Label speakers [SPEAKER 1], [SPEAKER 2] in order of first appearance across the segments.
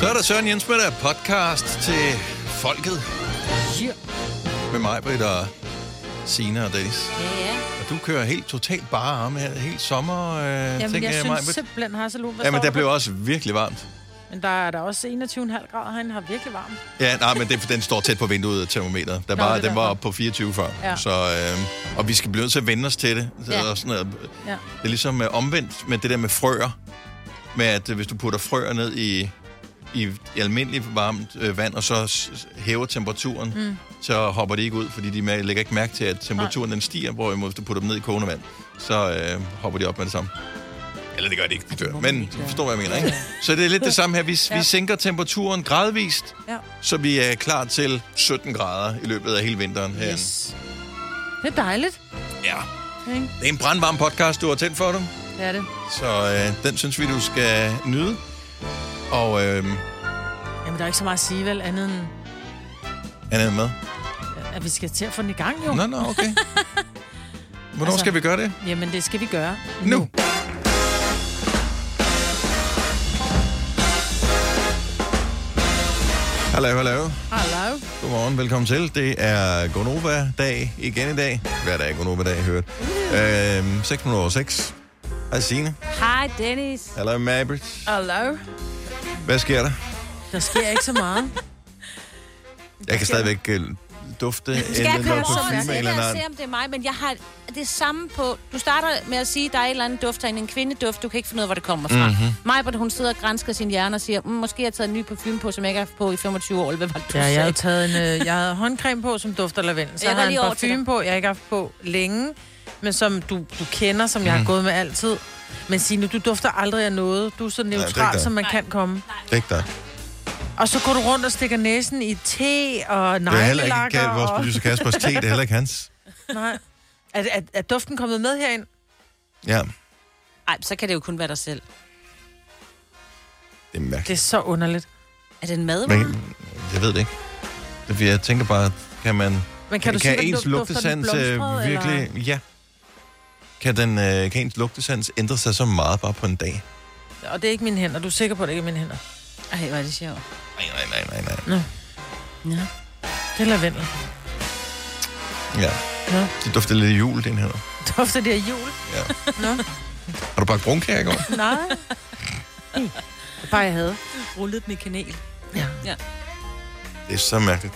[SPEAKER 1] Så er der Søren Jens med der podcast til folket.
[SPEAKER 2] Yeah.
[SPEAKER 1] Med mig, Britt og Sina og Dennis.
[SPEAKER 3] Ja, ja.
[SPEAKER 1] Og du kører helt totalt bare arme her, helt sommer, øh,
[SPEAKER 2] Jamen,
[SPEAKER 1] tænker
[SPEAKER 2] jeg
[SPEAKER 1] Maj-Brit.
[SPEAKER 2] synes øh, simpelthen, Hasselun, hvad
[SPEAKER 1] Jamen,
[SPEAKER 2] står
[SPEAKER 1] der blev også virkelig varmt.
[SPEAKER 2] Men der er der også 21,5 grader, han har virkelig varmt.
[SPEAKER 1] Ja, nej, men den, den står tæt på vinduet, termometeret. Der
[SPEAKER 2] Nå,
[SPEAKER 1] var,
[SPEAKER 2] det er
[SPEAKER 1] den var
[SPEAKER 2] derfor.
[SPEAKER 1] oppe på 24 før. Ja.
[SPEAKER 2] Ja.
[SPEAKER 1] Så, øh, og vi skal blive nødt til at vende os til det. Så
[SPEAKER 3] Ja.
[SPEAKER 1] ja. sådan noget,
[SPEAKER 2] Ja.
[SPEAKER 1] det er ligesom øh, omvendt med det der med frøer. Med at øh, hvis du putter frøer ned i, i, i almindeligt varmt øh, vand, og så s- s- hæver temperaturen, mm. så hopper de ikke ud, fordi de mær- lægger ikke mærke til, at temperaturen den stiger, hvorimod hvis du putter dem ned i kogende vand, så øh, hopper de op med det samme. Eller det gør de ikke, de dør.
[SPEAKER 2] man
[SPEAKER 1] Men
[SPEAKER 2] ikke,
[SPEAKER 1] du
[SPEAKER 2] ja.
[SPEAKER 1] forstår, hvad jeg mener, ikke? Så det er lidt det samme her. Vi, ja. vi
[SPEAKER 2] Ja.
[SPEAKER 1] sænker temperaturen gradvist,
[SPEAKER 2] Ja.
[SPEAKER 1] så vi er klar til 17 grader i løbet af hele vinteren herinde. Yes.
[SPEAKER 2] Det er dejligt,
[SPEAKER 1] Ja.
[SPEAKER 2] ikke?
[SPEAKER 1] Det er en brandvarm podcast, du har tændt for dem.
[SPEAKER 2] Det er det.
[SPEAKER 1] Så øh, den synes vi, du skal nyde. Og øh,
[SPEAKER 2] Jamen, der er ikke så meget at sige, vel, andet end,
[SPEAKER 1] han er med.
[SPEAKER 2] at vi skal til at få den i gang, jo.
[SPEAKER 1] Nå, nå, okay. Hvornår altså,
[SPEAKER 2] Altså-
[SPEAKER 1] skal vi gøre det?
[SPEAKER 2] Jamen, det skal vi gøre.
[SPEAKER 1] Nu. Hallo, hallo.
[SPEAKER 2] Hallo.
[SPEAKER 1] Godmorgen, velkommen til. Det er Gonova-dag igen i dag. Hver dag er Gonova-dag, hørt. Øhm, 6 minutter over 6. Hej Signe.
[SPEAKER 3] Hej, Dennis.
[SPEAKER 1] Hallo Mabrit.
[SPEAKER 2] Hallo.
[SPEAKER 1] Hvad sker der?
[SPEAKER 2] Der sker ikke så meget.
[SPEAKER 1] Jeg kan stadigvæk øh, dufte en
[SPEAKER 3] Skal jeg
[SPEAKER 1] eller
[SPEAKER 3] køre
[SPEAKER 1] anden
[SPEAKER 3] sommer
[SPEAKER 1] parfume
[SPEAKER 3] til
[SPEAKER 1] eller
[SPEAKER 3] eller
[SPEAKER 1] noget.
[SPEAKER 3] se, om det er mig, men jeg har det samme på... Du starter med at sige, at der er et eller andet duft herinde, en kvindeduft, du kan ikke finde ud af, hvor det kommer fra.
[SPEAKER 1] Mhm.
[SPEAKER 3] Mm-hmm. Majbert, hun sidder og grænsker sin hjerne og siger, mm, måske har jeg taget en ny parfume på, som jeg ikke har haft på i 25 år, eller hvad var det, du
[SPEAKER 2] Ja, jeg
[SPEAKER 3] sagde?
[SPEAKER 2] havde taget en, øh, jeg havde håndcreme på, som dufter lavendel. Så
[SPEAKER 3] Jeg
[SPEAKER 2] jeg
[SPEAKER 3] går
[SPEAKER 2] havde
[SPEAKER 3] lige
[SPEAKER 2] en
[SPEAKER 3] over til
[SPEAKER 2] parfume på, jeg ikke har haft på længe, men som du, du kender, som jeg har gået med altid. Men Signe, du dufter aldrig af noget. Du er så
[SPEAKER 1] er
[SPEAKER 2] neutral,
[SPEAKER 1] rigtigt.
[SPEAKER 2] som man kan komme.
[SPEAKER 1] Det er ikke dig.
[SPEAKER 2] Og så går du rundt og stikker næsen i te og
[SPEAKER 1] Det er heller ikke
[SPEAKER 2] neglelakker.
[SPEAKER 1] Ka- vores
[SPEAKER 2] og...
[SPEAKER 1] producer Kaspers te, det er heller ikke hans.
[SPEAKER 2] Nej. Er, er, er duften kommet med herind?
[SPEAKER 1] Ja,
[SPEAKER 3] Nej, så kan det jo kun være dig selv.
[SPEAKER 1] det er mærkeligt.
[SPEAKER 2] Det er så underligt.
[SPEAKER 3] Er det en madvare?
[SPEAKER 1] Men, jeg ved det ikke. Det er fordi, Jeg tænker bare, kan man...
[SPEAKER 2] Men
[SPEAKER 1] Kan,
[SPEAKER 2] du
[SPEAKER 1] kan
[SPEAKER 2] sige,
[SPEAKER 1] ens lugtesans øh, virkelig... Eller? Ja. Kan, den, øh, kan ens lugtesans ændre sig så meget bare på en dag?
[SPEAKER 2] Eller? Og det er ikke mine hænder. Du er sikker på, at det ikke er mine hænder.
[SPEAKER 3] Ej, hvor er det sjovt.
[SPEAKER 1] Nej, nej, nej, nej, nej.
[SPEAKER 3] Ja.
[SPEAKER 2] Det er lavendel.
[SPEAKER 1] Ja.
[SPEAKER 2] Nå.
[SPEAKER 1] Det dufter lidt af jul, den her.
[SPEAKER 2] Dufter det af jul?
[SPEAKER 1] Ja.
[SPEAKER 2] Nå,
[SPEAKER 1] Har du bagt brunkager i går?
[SPEAKER 2] nej. Mm. Bare jeg havde.
[SPEAKER 3] Rullet med kanel.
[SPEAKER 2] Ja.
[SPEAKER 1] Det er så mærkeligt.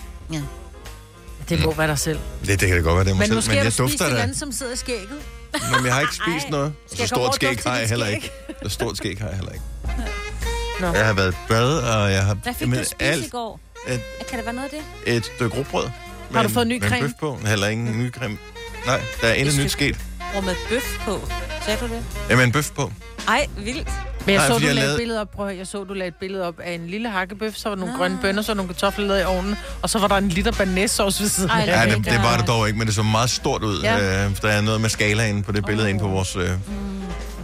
[SPEAKER 2] Det må være dig selv.
[SPEAKER 1] Det, det kan det godt være, det er mig
[SPEAKER 2] Men
[SPEAKER 1] selv,
[SPEAKER 2] måske
[SPEAKER 1] men
[SPEAKER 2] har du
[SPEAKER 1] jeg
[SPEAKER 2] spist
[SPEAKER 1] dufter
[SPEAKER 2] den
[SPEAKER 1] da.
[SPEAKER 2] anden, som sidder i skægget.
[SPEAKER 1] Nå, men jeg har ikke spist
[SPEAKER 3] Ej.
[SPEAKER 1] noget. Og så
[SPEAKER 3] jeg komme
[SPEAKER 1] stort
[SPEAKER 3] over og
[SPEAKER 1] skæg
[SPEAKER 3] dufte
[SPEAKER 1] har jeg
[SPEAKER 3] dit
[SPEAKER 1] heller
[SPEAKER 3] skæg?
[SPEAKER 1] ikke. Så stort skæg har jeg heller ikke.
[SPEAKER 2] Nå.
[SPEAKER 1] Jeg har været i bad, og jeg har...
[SPEAKER 3] Hvad fik
[SPEAKER 1] jamen,
[SPEAKER 3] du at spise i går?
[SPEAKER 1] at-
[SPEAKER 3] Kan det være noget af det?
[SPEAKER 1] et stykke rugbrød. med
[SPEAKER 2] du
[SPEAKER 1] en-
[SPEAKER 2] fået ny
[SPEAKER 1] med en
[SPEAKER 2] creme?
[SPEAKER 1] Bøf på. Heller ingen ny creme. Nej, der er endnu
[SPEAKER 3] Et
[SPEAKER 1] nyt sket.
[SPEAKER 3] Og med bøf på. Sagde du det?
[SPEAKER 1] Jamen, en bøf på.
[SPEAKER 3] Ej, vildt.
[SPEAKER 2] Men jeg
[SPEAKER 1] Nej,
[SPEAKER 2] så,
[SPEAKER 1] fordi
[SPEAKER 2] du
[SPEAKER 1] jeg
[SPEAKER 2] lagde
[SPEAKER 1] lavede-
[SPEAKER 2] et billede op. Prøv at høre, jeg så, du lagde et billede op af en lille hakkebøf, så var der nogle grønne bønner, så var nogle kartofler lavet i ovnen, og så var der en liter banæssauce ved siden
[SPEAKER 3] Ej,
[SPEAKER 2] af.
[SPEAKER 3] det er
[SPEAKER 1] Ja, det,
[SPEAKER 3] ikke
[SPEAKER 1] det var
[SPEAKER 3] godt.
[SPEAKER 1] det dog ikke, men det så meget stort ud.
[SPEAKER 2] Ja.
[SPEAKER 1] Ja. Øh, der er noget med skalaen på det billede oh. inde på vores øh,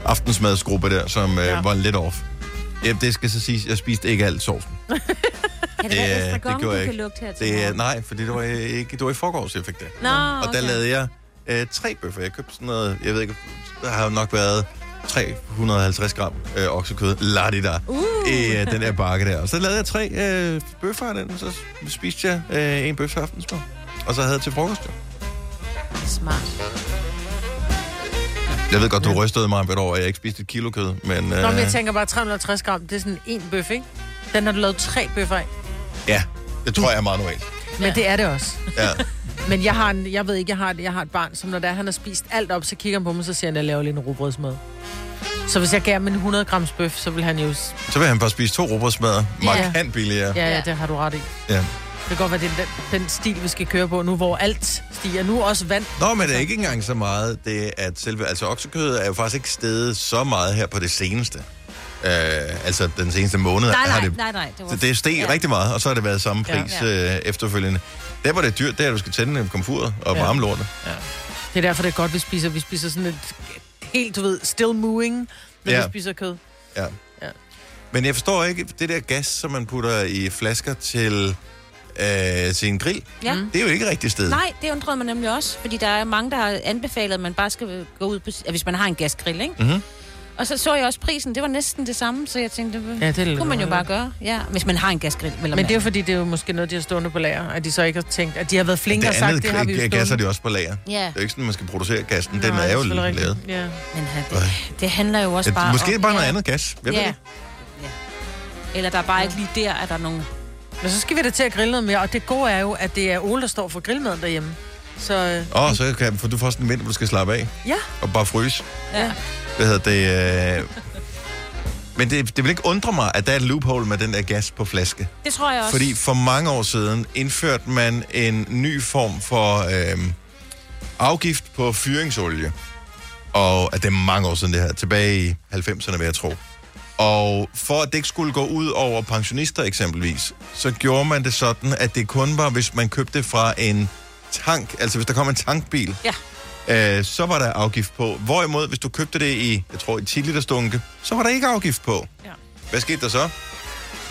[SPEAKER 1] aftensmadsgruppe der, som øh, ja.
[SPEAKER 2] Ja.
[SPEAKER 1] var lidt off. Ja, det skal så siges, jeg spiste ikke alt sovsen.
[SPEAKER 3] Kan det,
[SPEAKER 1] Det,
[SPEAKER 3] være
[SPEAKER 1] øh,
[SPEAKER 3] ekstra
[SPEAKER 1] det
[SPEAKER 3] gong,
[SPEAKER 1] gjorde
[SPEAKER 3] du
[SPEAKER 1] jeg
[SPEAKER 3] kan
[SPEAKER 1] ikke.
[SPEAKER 3] lugte her til
[SPEAKER 1] Det, er-
[SPEAKER 3] morgen?
[SPEAKER 1] nej, for det var, øh, ikke, det var i forgårs, jeg fik det.
[SPEAKER 3] Nå, okay.
[SPEAKER 1] Og der lavede jeg øh, tre bøffer. Jeg købte sådan noget, jeg ved ikke, der har jo nok været 350 gram øh, oksekød, lad der, uh. i øh, den der bakke der. Og så lavede jeg tre øh, bøffer af den, og så spiste jeg øh, en bøf til aftensmad. Og så havde jeg til frokost. jo.
[SPEAKER 3] Smart.
[SPEAKER 1] Jeg ved godt, du rystede mig ved over, at jeg ikke spiste et kilo kød, men... Øh,
[SPEAKER 2] Nå, men jeg tænker bare, 350 gram, det er sådan en bøf, ikke? Den har du lavet tre bøffer af.
[SPEAKER 1] ja, det tror jeg er meget normalt.
[SPEAKER 2] Men det er det også.
[SPEAKER 1] Ja.
[SPEAKER 2] Men jeg har en, jeg ved ikke, jeg har, et, jeg har et barn, som når der han har spist alt op, så kigger han på mig, så siger han, at jeg laver lige en rugbrødsmad. Så hvis jeg gav ham en 100 grams bøf, så vil han jo... s-
[SPEAKER 1] Så vil han bare spise to robrødsmadder. Markant billigere.
[SPEAKER 2] Ja,
[SPEAKER 3] Ja.
[SPEAKER 2] ja, det har du ret i. Det
[SPEAKER 1] Ja.
[SPEAKER 2] kan godt være, det er den, den stil, vi skal køre på nu, hvor alt stiger. Nu er også vand.
[SPEAKER 1] Nå, men det er ikke engang så meget det, at selve... Altså, oksekødet er jo faktisk ikke steget så meget her på det seneste. Øh, altså, den seneste måned
[SPEAKER 3] Nej,
[SPEAKER 1] har
[SPEAKER 3] nej,
[SPEAKER 1] det...
[SPEAKER 3] nej, nej. Det var
[SPEAKER 1] Så det steg ja. rigtig meget, og så har det været samme
[SPEAKER 2] Ja.
[SPEAKER 1] pris ja. øh, efterfølgende. Der var det dyrt, der du skal tænde øh, komfuret og
[SPEAKER 2] Ja.
[SPEAKER 1] varme lortet.
[SPEAKER 2] Det er derfor, det er godt, vi spiser. Vi spiser sådan et helt, du ved, still moving, når
[SPEAKER 1] Ja.
[SPEAKER 2] vi spiser kød.
[SPEAKER 1] Ja. ja.
[SPEAKER 2] Ja.
[SPEAKER 1] Men jeg forstår ikke, det der gas, som man putter i flasker til øh, sin grill,
[SPEAKER 3] Ja.
[SPEAKER 1] det er jo ikke rigtigt sted.
[SPEAKER 3] Nej, det undrede mig nemlig også, fordi der er mange, der har anbefalet, at man bare skal gå ud på... At hvis man har en gasgrill, ikke?
[SPEAKER 1] Mhm.
[SPEAKER 3] Og så så jeg også prisen. Det var næsten det samme, så jeg tænkte, det,
[SPEAKER 2] Ja,
[SPEAKER 3] ja,
[SPEAKER 2] det er
[SPEAKER 3] det
[SPEAKER 2] lidt
[SPEAKER 3] kunne man jo bare gøre. Ja, hvis man har en gasgrill. Men altså-
[SPEAKER 2] Men det er jo fordi, det er jo måske noget, de har stående på lager, at de så ikke har tænkt, at de har været flinke
[SPEAKER 1] Det
[SPEAKER 2] og sagt,
[SPEAKER 1] andet
[SPEAKER 2] det har vi jo
[SPEAKER 1] det
[SPEAKER 2] stående.
[SPEAKER 1] gas er det også på lager.
[SPEAKER 3] Ja.
[SPEAKER 1] Det er jo ikke sådan, at man skal producere gassen. Den
[SPEAKER 2] Nej,
[SPEAKER 1] er jo
[SPEAKER 2] selvfølgelig rigtigt.
[SPEAKER 1] lavet.
[SPEAKER 2] Ja.
[SPEAKER 3] Men her, det, det, handler jo også
[SPEAKER 1] Et,
[SPEAKER 3] bare
[SPEAKER 1] måske
[SPEAKER 3] om,
[SPEAKER 1] bare noget andet gas. Hvem ved
[SPEAKER 3] Ja.
[SPEAKER 1] det?
[SPEAKER 3] ja. Eller der er bare ikke lige der, at der er nogen...
[SPEAKER 2] Men så skal vi da til at grille noget mere, og det gode er jo, at det er Ole, der står for grillmaden derhjemme. Så øh,
[SPEAKER 1] Åh, oh, så kan, for du får sådan en vinter, hvor du skal slappe af
[SPEAKER 2] ja,
[SPEAKER 1] og bare fryse.
[SPEAKER 3] Ja.
[SPEAKER 1] Hvad hedder det? Øh... Men det, det vil ikke undre mig, at der er et loophole med den der gas på flaske.
[SPEAKER 3] Det tror jeg også.
[SPEAKER 1] Fordi for mange år siden indførte man en ny form for øhm, afgift på fyringsolie. Og at det er mange år siden det her, tilbage i 90'erne vil jeg tro. Og for at det ikke skulle gå ud over pensionister eksempelvis, så gjorde man det sådan, at det kun var, hvis man købte fra en tank, altså hvis der kom en tankbil,
[SPEAKER 3] Ja.
[SPEAKER 1] øh, så var der afgift på. Hvorimod, hvis du købte det i, jeg tror, i 10 liters dunke, så var der ikke afgift på.
[SPEAKER 3] Ja.
[SPEAKER 1] Hvad skete der så?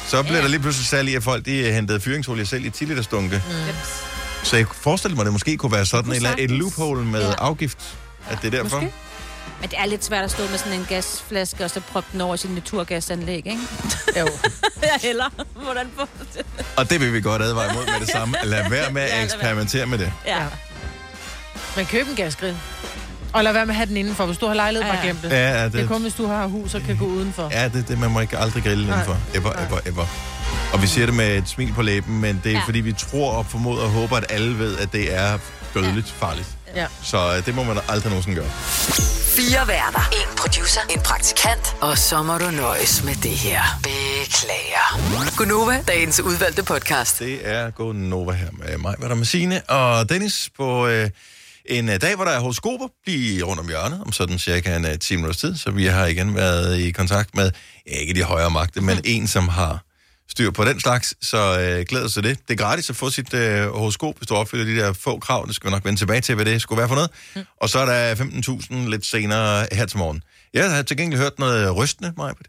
[SPEAKER 1] Så blev der lige pludselig salg i, at folk de øh, hentede fyringsolie selv i 10 liters dunke. Mm. Så jeg forestillede mig, at det måske kunne være sådan
[SPEAKER 3] kunne
[SPEAKER 1] eller et
[SPEAKER 3] sagtens.
[SPEAKER 1] loophole med
[SPEAKER 3] Ja.
[SPEAKER 1] ja. afgift. At det er derfor.
[SPEAKER 2] Måske.
[SPEAKER 3] Men det er lidt svært at stå med sådan en gasflaske, og så proppe den over i sin naturgasanlæg, ikke?
[SPEAKER 2] jo.
[SPEAKER 3] Ja, heller. Hvordan får du det?
[SPEAKER 1] Og det vil vi godt advare imod med det samme. Lad være med
[SPEAKER 3] Ja,
[SPEAKER 1] at
[SPEAKER 3] lad
[SPEAKER 1] eksperimentere med det.
[SPEAKER 3] Ja.
[SPEAKER 2] Ja. Men køb en gasgrill. Og lad være med at have den indenfor, hvis du har lejlighed,
[SPEAKER 3] Ja.
[SPEAKER 2] bare gem det.
[SPEAKER 1] Ja, det,
[SPEAKER 2] Det er kun, hvis du har hus og kan gå udenfor.
[SPEAKER 1] ja, det, det man må ikke aldrig grille indenfor. Ever, ever, ever. Og vi siger det med et smil på læben, men det er
[SPEAKER 3] Ja.
[SPEAKER 1] ja. fordi, vi tror og formoder og håber, at alle ved, at det er dødeligt farligt.
[SPEAKER 2] Ja.
[SPEAKER 1] Så øh, det må man aldrig nogensinde gøre.
[SPEAKER 4] Fire værter. En producer. En praktikant. Og så må du nøjes med det her. Beklager. Gunova, dagens udvalgte podcast.
[SPEAKER 1] Det er Gå Nova her med mig, hvad der med Signe og Dennis på øh, en øh, dag, hvor der er horoskoper lige rundt om hjørnet, om sådan cirka en øh, 10 minutters tid, så vi har igen været i kontakt med, ja, ikke de højere magter, men en, som har styr på den slags, så øh, glæder sig det. Det er gratis at få sit øh, horoskop, hvis du opfylder de der få krav, det skal vi nok vende tilbage til, hvad det skulle være for noget. Mm. Og så er der 15.000 lidt senere her til morgen. Jeg har til gengæld hørt noget rystende, Majbet,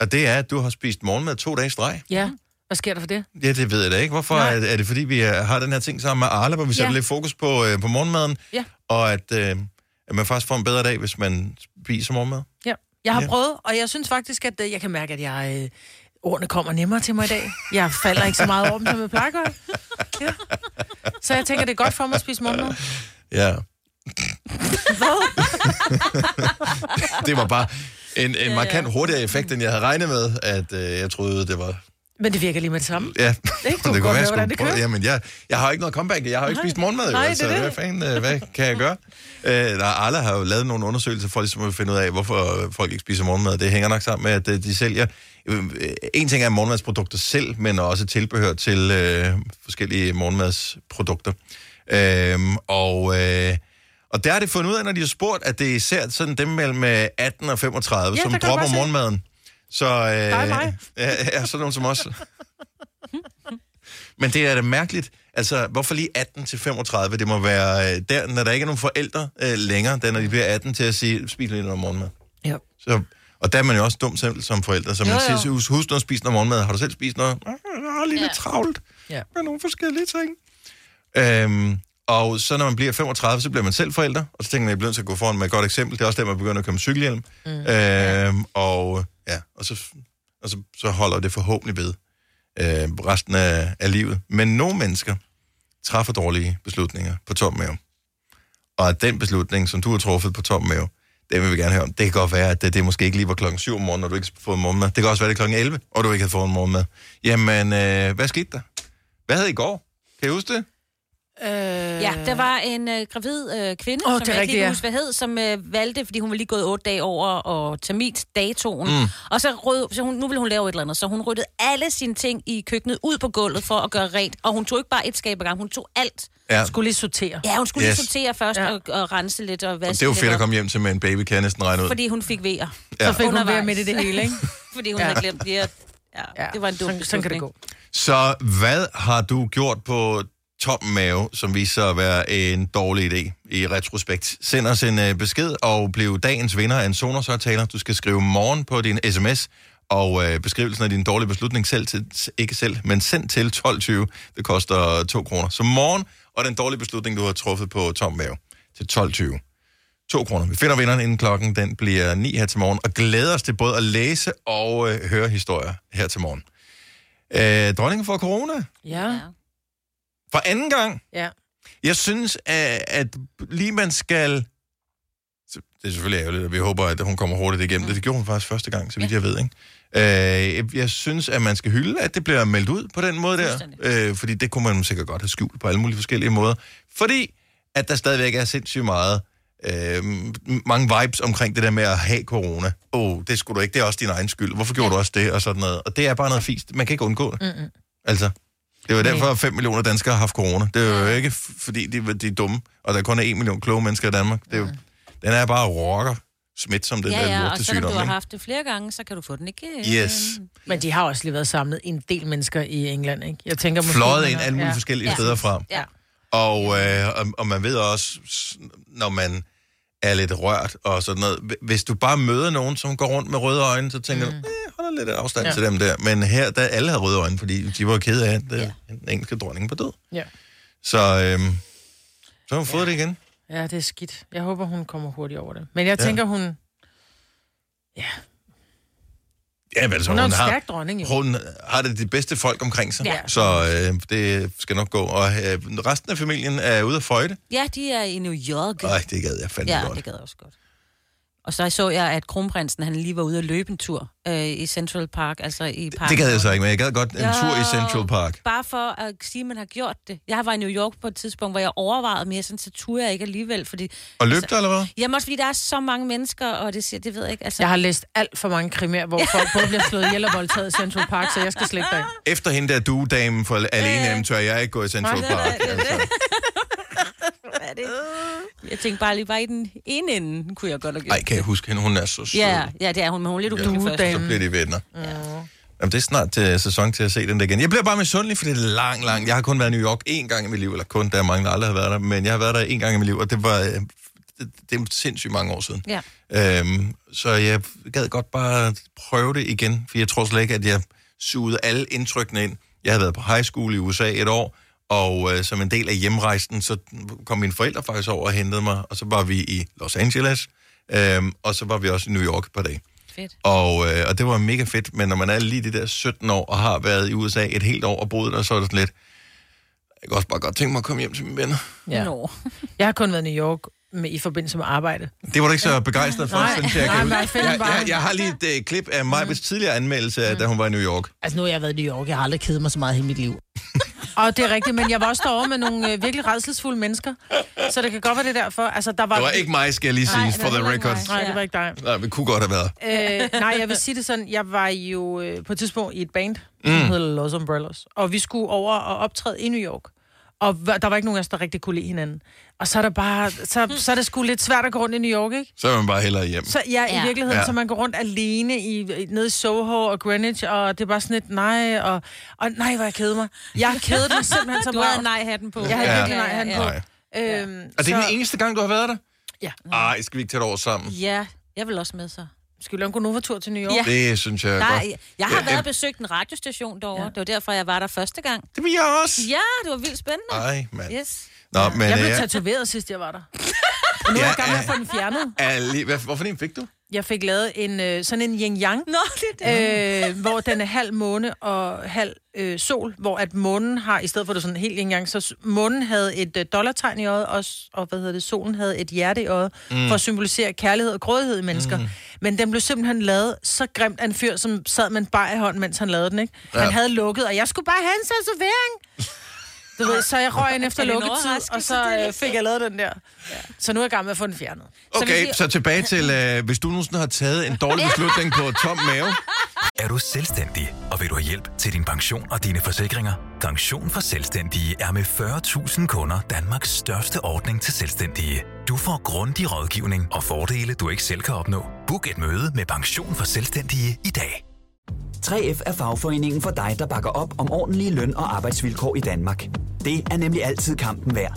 [SPEAKER 1] og det er, at du har spist morgenmad to dage i streg.
[SPEAKER 2] Ja. Hvad sker der for det?
[SPEAKER 1] Ja, det ved jeg da ikke. Hvorfor
[SPEAKER 2] Nej.
[SPEAKER 1] er, er det, fordi vi øh, har den her ting sammen med Arla, hvor vi sætter
[SPEAKER 2] Ja.
[SPEAKER 1] lidt fokus på, øh, på morgenmaden,
[SPEAKER 2] Ja.
[SPEAKER 1] og at, øh, at man faktisk får en bedre dag, hvis man spiser morgenmad?
[SPEAKER 2] Ja. Jeg har
[SPEAKER 1] Ja.
[SPEAKER 2] prøvet, og jeg synes faktisk, at øh, jeg kan mærke, at jeg, øh, ordene kommer nemmere til mig i dag. Jeg falder ikke så meget over dem, som jeg plejer at gøre. Ja. Så jeg tænker, det er godt for mig at spise morgenmad.
[SPEAKER 1] Ja. det var bare en, en markant hurtigere effekt, end jeg havde regnet med, at øh, jeg troede, det var...
[SPEAKER 2] Men det virker lige med det samme.
[SPEAKER 1] Ja,
[SPEAKER 2] kan godt høre,
[SPEAKER 1] det jeg
[SPEAKER 2] hvordan
[SPEAKER 1] skulle
[SPEAKER 2] det
[SPEAKER 1] prøve-
[SPEAKER 2] kører.
[SPEAKER 1] Jamen, jeg, jeg har jo ikke noget comeback. Jeg har jo ikke
[SPEAKER 2] Nej.
[SPEAKER 1] spist morgenmad.
[SPEAKER 2] Nej,
[SPEAKER 1] Nej,
[SPEAKER 2] det er
[SPEAKER 1] altså,
[SPEAKER 2] det.
[SPEAKER 1] Hvad fanden, øh, hvad kan jeg gøre? Øh, der, Arla har jo lavet nogle undersøgelser for ligesom at finde ud af, hvorfor øh, folk ikke spiser morgenmad. Det hænger nok sammen med, at øh, de sælger... Øh, øh, en ting er morgenmadsprodukter selv, men også tilbehør til øh, forskellige morgenmadsprodukter. Øh, og... Øh, og der har det fundet ud af, når de har spurgt, at det er især sådan dem mellem øh, 18 og 35,
[SPEAKER 2] Ja,
[SPEAKER 1] som
[SPEAKER 2] der kan du
[SPEAKER 1] dropper
[SPEAKER 2] bare se.
[SPEAKER 1] morgenmaden. Så, øh,
[SPEAKER 2] er mig.
[SPEAKER 1] Ja, ja, sådan nogen som os. Men det er da mærkeligt. Altså, hvorfor lige 18 til 35? Det må være øh, der, når der ikke er nogen forældre øh, længere, da når de bliver 18 til at sige, spis lige noget morgenmad.
[SPEAKER 2] Ja.
[SPEAKER 1] Så, og der er man jo også dum selv som forældre, så man
[SPEAKER 3] Jo,
[SPEAKER 1] jo,
[SPEAKER 3] jo.
[SPEAKER 1] jo. siger, "Hus- husk nu at spise noget morgenmad. Har du selv spist noget? "Ah, Jeg har lige lidt
[SPEAKER 3] Ja.
[SPEAKER 1] travlt
[SPEAKER 2] Ja.
[SPEAKER 1] med nogle forskellige ting. Øhm, og så når man bliver 35, så bliver man selv forældre, og så tænker man, at jeg bliver nødt til at gå foran med et godt eksempel. Det er også der, man begynder at købe cykelhjelm. Mm. Øhm, ja. Og, ja, og, så, og så, så holder det forhåbentlig ved øh, resten af, af livet. Men nogle mennesker træffer dårlige beslutninger på tom mave. Og at den beslutning, som du har truffet på tom mave, det vil vi gerne høre om. Det kan godt være, at det, det måske ikke lige var klokken 7 om morgenen, og du ikke har fået morgenmad. Det kan også være, det er klokken 11, og du ikke har fået en morgenmad. Jamen, øh, hvad skete der? Hvad havde I i går? Kan I huske det?
[SPEAKER 2] Øh,
[SPEAKER 3] Ja, der var en øh, gravid øh, kvinde,
[SPEAKER 2] Åh,
[SPEAKER 3] oh,
[SPEAKER 2] det er
[SPEAKER 3] som jeg ikke
[SPEAKER 2] rigtigt,
[SPEAKER 3] lige
[SPEAKER 2] ja.
[SPEAKER 3] kan huske, hvad hed, som øh, valgte, fordi hun var lige gået otte dage over og termit datoen. Mm. Og så, rød, så hun, nu ville hun lave et eller andet, så hun ryddede alle sine ting i køkkenet ud på gulvet for at gøre rent. Og hun tog ikke bare et skab ad gangen, hun tog alt.
[SPEAKER 1] Ja.
[SPEAKER 2] skulle lige sortere.
[SPEAKER 3] Ja, hun skulle yes.
[SPEAKER 1] Yes.
[SPEAKER 3] lige sortere først ja. og, og, rense lidt og vaske
[SPEAKER 1] Det var fedt
[SPEAKER 3] lidt
[SPEAKER 1] at
[SPEAKER 3] op,
[SPEAKER 1] komme hjem til med en baby, kan jeg næsten regne ud.
[SPEAKER 3] Fordi hun fik vejer.
[SPEAKER 2] Så fik hun
[SPEAKER 3] Undervejs.
[SPEAKER 2] ved midt i det hele, ikke?
[SPEAKER 3] Fordi hun
[SPEAKER 2] Ja.
[SPEAKER 3] ja. havde glemt det. at- Ja, ja, det var en dum
[SPEAKER 2] sådan, sådan kan det
[SPEAKER 3] beslutning.
[SPEAKER 2] gå.
[SPEAKER 1] Så hvad har du gjort på tom mave, som viser sig at være en dårlig idé i retrospekt? Send os en øh, besked og bliv dagens vinder af en Sonos-højtaler. Du skal skrive morgen på din sms, og øh, beskrivelsen af din dårlige beslutning selv til, ikke selv, men send til 12.20. Det koster 2 kroner. Så morgen og den dårlige beslutning, du har truffet på tom mave til 12.20. 2 kroner. Vi finder vinderen inden klokken, den bliver 9 her til morgen, og glæder os til både at læse og øh, høre historier her til morgen. Øh, dronningen for corona,
[SPEAKER 2] Ja.
[SPEAKER 1] for anden gang.
[SPEAKER 2] Ja.
[SPEAKER 1] Jeg synes, at, at lige man skal... Det er selvfølgelig ærgerligt, og vi håber, at hun kommer hurtigt igennem. Det gjorde hun faktisk første gang, så vidt jeg ved, ikke? Øh, jeg- jeg synes, at man skal hylde, at det bliver meldt ud på den måde der. Øh, fordi det kunne man sikkert godt have skjult på alle mulige forskellige måder. Fordi at der stadigvæk er sindssygt meget... Øh, mange vibes omkring det der med at have corona. Åh, oh, det skulle du ikke. Det er også din egen skyld. Hvorfor gjorde du også det? Og sådan noget. Og det er bare noget fisk. Man kan ikke undgå det.
[SPEAKER 2] Mm-mm.
[SPEAKER 1] Altså, det var derfor, at 5 millioner danskere har haft corona. Det er jo ikke, f- fordi de, de er dumme, og der kun er 1 million kloge mennesker i Danmark. Det er jo, Den er bare rocker smidt som den
[SPEAKER 3] ja,
[SPEAKER 1] der
[SPEAKER 3] ja, og
[SPEAKER 1] lorte
[SPEAKER 3] selvom du
[SPEAKER 1] sygdom.
[SPEAKER 3] har
[SPEAKER 1] Ikke?
[SPEAKER 3] haft det flere gange, så kan du få den igen.
[SPEAKER 1] Yes.
[SPEAKER 2] Men de har også lige været samlet en del mennesker i England, ikke? Jeg tænker måske...
[SPEAKER 1] Fløjet
[SPEAKER 2] man
[SPEAKER 1] ind
[SPEAKER 2] har-
[SPEAKER 1] alle mulige
[SPEAKER 2] ja.
[SPEAKER 1] forskellige
[SPEAKER 2] ja.
[SPEAKER 1] steder fra.
[SPEAKER 2] Ja.
[SPEAKER 1] Og, øh, og, og man ved også, s- når man er lidt rørt og sådan noget. hv- Hvis du bare møder nogen, som går rundt med røde øjne, så tænker mm. du, eh, holder lidt afstand ja.
[SPEAKER 2] Ja.
[SPEAKER 1] til dem der. Men her, der alle havde røde øjne, fordi de var kede af, at ja. den engelske dronning var død.
[SPEAKER 2] Ja.
[SPEAKER 1] Så, øh, så har hun fået ja. det igen.
[SPEAKER 2] ja, det er skidt. Jeg håber, hun kommer hurtigt over det. Men jeg
[SPEAKER 1] Ja.
[SPEAKER 2] tænker, hun...
[SPEAKER 1] Ja, men altså,
[SPEAKER 2] Hun er
[SPEAKER 1] hun
[SPEAKER 2] en
[SPEAKER 1] har,
[SPEAKER 2] stærk dronning, jo.
[SPEAKER 1] hun har det de bedste folk omkring sig, ja.
[SPEAKER 3] Ja.
[SPEAKER 1] så øh, det skal nok gå. Og øh, resten af familien er ude at føjte.
[SPEAKER 3] Ja, de er i New York.
[SPEAKER 1] Ej, det gad jeg fandme
[SPEAKER 3] ja,
[SPEAKER 1] ja, godt.
[SPEAKER 3] det gad jeg også godt. Og så så jeg, at kronprinsen han lige var ude at løbe en tur øh, i Central Park, altså i parken.
[SPEAKER 1] Det gad jeg så ikke, men jeg gad godt en
[SPEAKER 3] Jo.
[SPEAKER 1] tur i Central Park.
[SPEAKER 3] Bare for at sige, at man har gjort det. Jeg var i New York på et tidspunkt, hvor jeg overvejede mere, sådan, så turde jeg ikke alligevel, fordi...
[SPEAKER 1] Og løb
[SPEAKER 3] Altså-
[SPEAKER 1] du eller hvad?
[SPEAKER 3] Jamen også fordi, der er så mange mennesker, og det, siger- det ved jeg ikke, altså...
[SPEAKER 2] Jeg har læst alt for mange krimier, hvor folk både bliver slået ihjel og voldtaget i Central Park, så jeg skal slet ikke derind.
[SPEAKER 1] Efter hende der duedamen for alene ja. tør jeg ikke gå i Central
[SPEAKER 3] Nej, nej,
[SPEAKER 1] Park.
[SPEAKER 3] nej, det er
[SPEAKER 1] Altså.
[SPEAKER 3] Hvad er det? Jeg tænkte bare lige bare i den ene ende, kunne jeg godt have gjort.
[SPEAKER 1] Ej, kan jeg huske hende? Hun er så sød.
[SPEAKER 3] Ja, ja, det er hun, men hun er lidt uhyggelig
[SPEAKER 2] Du,
[SPEAKER 3] først.
[SPEAKER 1] Så
[SPEAKER 2] dame.
[SPEAKER 1] bliver de venner. Ja. Jamen, det er snart til sæson til at se den der igen. Jeg bliver bare misundelig, for det er lang, lang. Jeg har kun været i New York én gang i mit liv, eller kun, der er mange, der aldrig har været der, men jeg har været der én gang i mit liv, og det var øh, det, det er sindssygt mange år siden.
[SPEAKER 3] Ja.
[SPEAKER 1] Øhm, så jeg gad godt bare prøve det igen, for jeg tror slet ikke, at jeg sugede alle indtrykkene ind. Jeg havde været på high school i USA et år, og øh, som en del af hjemrejsen, så kom mine forældre faktisk over og hentede mig, og så var vi i Los Angeles, øhm, og så var vi også i New York et par dage.
[SPEAKER 3] Fedt.
[SPEAKER 1] Og, øh, og det var mega fedt, men når man er lige de der 17 år og har været i USA et helt år og boet der, så er det sådan lidt... Jeg kan også bare godt tænke mig at komme hjem til mine venner.
[SPEAKER 2] Ja.
[SPEAKER 3] Nå.
[SPEAKER 2] Jeg har kun været i New York med, i forbindelse med arbejde.
[SPEAKER 1] Det var du ikke så begejstret for,
[SPEAKER 2] Nej,
[SPEAKER 1] synes jeg.
[SPEAKER 2] nej,
[SPEAKER 1] kan
[SPEAKER 2] men
[SPEAKER 1] huske.
[SPEAKER 2] find
[SPEAKER 1] jeg,
[SPEAKER 2] bare-
[SPEAKER 1] jeg, jeg har lige et øh, klip af Majbets tidligere anmeldelse, af, da hun var i New York.
[SPEAKER 5] Altså, nu har jeg været i New York. Jeg har aldrig kedet mig så meget i hele mit liv.
[SPEAKER 2] Og det er rigtigt, men jeg var også derovre med nogle øh, virkelig redselsfulde mennesker. Så det kan godt være det er derfor. Altså, der var...
[SPEAKER 1] Det var ikke mig, skal jeg lige sige,
[SPEAKER 3] Nej,
[SPEAKER 1] for
[SPEAKER 3] det
[SPEAKER 1] the
[SPEAKER 3] var ikke
[SPEAKER 1] record.
[SPEAKER 3] mig.
[SPEAKER 2] Nej, det var ikke dig.
[SPEAKER 1] Nej, vi kunne godt have været.
[SPEAKER 2] Øh, nej, jeg vil sige det sådan. Jeg var jo øh, på et tidspunkt i et band, mm. som hedder Los Umbrellas. Og vi skulle over og optræde i New York. Og hva- der var ikke nogen af os, der rigtig kunne lide hinanden. Og så er, der bare, så, så er det sgu lidt svært at gå rundt i New York, ikke?
[SPEAKER 1] Så er man bare hellere hjem.
[SPEAKER 2] Så ja,
[SPEAKER 3] Ja.
[SPEAKER 2] i virkeligheden,
[SPEAKER 1] Ja.
[SPEAKER 2] ja. så man går rundt alene i, i- nede i Soho og Greenwich, og det er bare sådan lidt nej, og, og nej, hvor jeg keder mig. Jeg keder mig simpelthen så
[SPEAKER 3] Du havde
[SPEAKER 2] meget.
[SPEAKER 3] nej-hatten på.
[SPEAKER 2] Jeg havde
[SPEAKER 1] Ja.
[SPEAKER 2] virkelig nej-hatten på.
[SPEAKER 1] Nej.
[SPEAKER 2] Øhm,
[SPEAKER 1] Er det
[SPEAKER 2] så-
[SPEAKER 1] den eneste gang, du har været der?
[SPEAKER 2] Ja.
[SPEAKER 1] Nej, skal vi ikke tage det over sammen?
[SPEAKER 3] Ja, jeg vil også med så.
[SPEAKER 2] Skal vi lave en Gonova-tur til New York?
[SPEAKER 3] Ja.
[SPEAKER 1] Det synes jeg
[SPEAKER 3] Nej,
[SPEAKER 1] godt.
[SPEAKER 3] jeg, jeg har
[SPEAKER 1] Ja,
[SPEAKER 3] været
[SPEAKER 1] ja.
[SPEAKER 3] og besøgt en radiostation derovre. Ja. Det var derfor, jeg var der første gang.
[SPEAKER 1] Det vil jeg også.
[SPEAKER 3] Ja, det var vildt spændende.
[SPEAKER 1] Ej, mand.
[SPEAKER 3] Yes.
[SPEAKER 1] Nå, men
[SPEAKER 2] Jeg blev
[SPEAKER 1] øh,
[SPEAKER 2] tatoveret sidst, jeg var der. Og nu er
[SPEAKER 1] Ja,
[SPEAKER 2] jeg i gang med at
[SPEAKER 1] ja.
[SPEAKER 2] få den fjernet.
[SPEAKER 1] er lige- hvad- hvorfor en fik du?
[SPEAKER 2] Jeg fik lavet en, øh, sådan en yin-yang,
[SPEAKER 3] Nå, det er det.
[SPEAKER 2] øh, hvor den er halv måne og halv øh, sol, hvor at månen har, i stedet for det sådan helt en gang, så s- månen havde et øh, dollartegn i øjet, og, s- og hvad hedder det, solen havde et hjerte i øjet, mm. for at symbolisere kærlighed og grådighed i mennesker. Mm. Men den blev simpelthen lavet så grimt af en fyr, som sad med en bajer i hånden, mens han lavede den, ikke? Ja.
[SPEAKER 1] Ja.
[SPEAKER 2] Han havde lukket, og jeg skulle bare have en tatovering! Du ved, så jeg røg ind efter
[SPEAKER 3] Er det en
[SPEAKER 2] lukketid, og
[SPEAKER 3] overraskelse,
[SPEAKER 2] så
[SPEAKER 3] det?
[SPEAKER 2] øh, fik jeg lavet den der. Så nu er jeg i gang med at få den fjernet.
[SPEAKER 1] Okay,
[SPEAKER 3] vi-
[SPEAKER 1] så, tilbage til, øh, hvis du nogensinde har taget en dårlig beslutning på tom mave.
[SPEAKER 6] Er du selvstændig, og vil du have hjælp til din pension og dine forsikringer? Pension for Selvstændige er med 40.000 kunder Danmarks største ordning til selvstændige. Du får grundig rådgivning og fordele, du ikke selv kan opnå. Book et møde med Pension for Selvstændige i dag.
[SPEAKER 7] 3F er fagforeningen for dig, der bakker op om ordentlige løn- og arbejdsvilkår i Danmark. Det er nemlig altid kampen værd.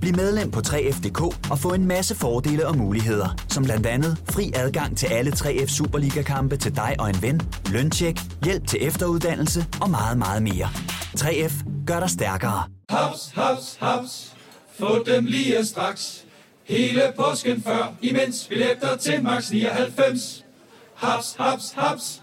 [SPEAKER 7] Bliv medlem på 3F.dk og få en masse fordele og muligheder, som blandt andet fri adgang til alle 3F Superliga-kampe til dig og en ven, løntjek, hjælp til efteruddannelse og meget, meget mere. 3F gør dig stærkere.
[SPEAKER 8] Haps, haps, haps. Få dem lige straks. Hele påsken før, imens billetter til max 99. Haps, haps, haps.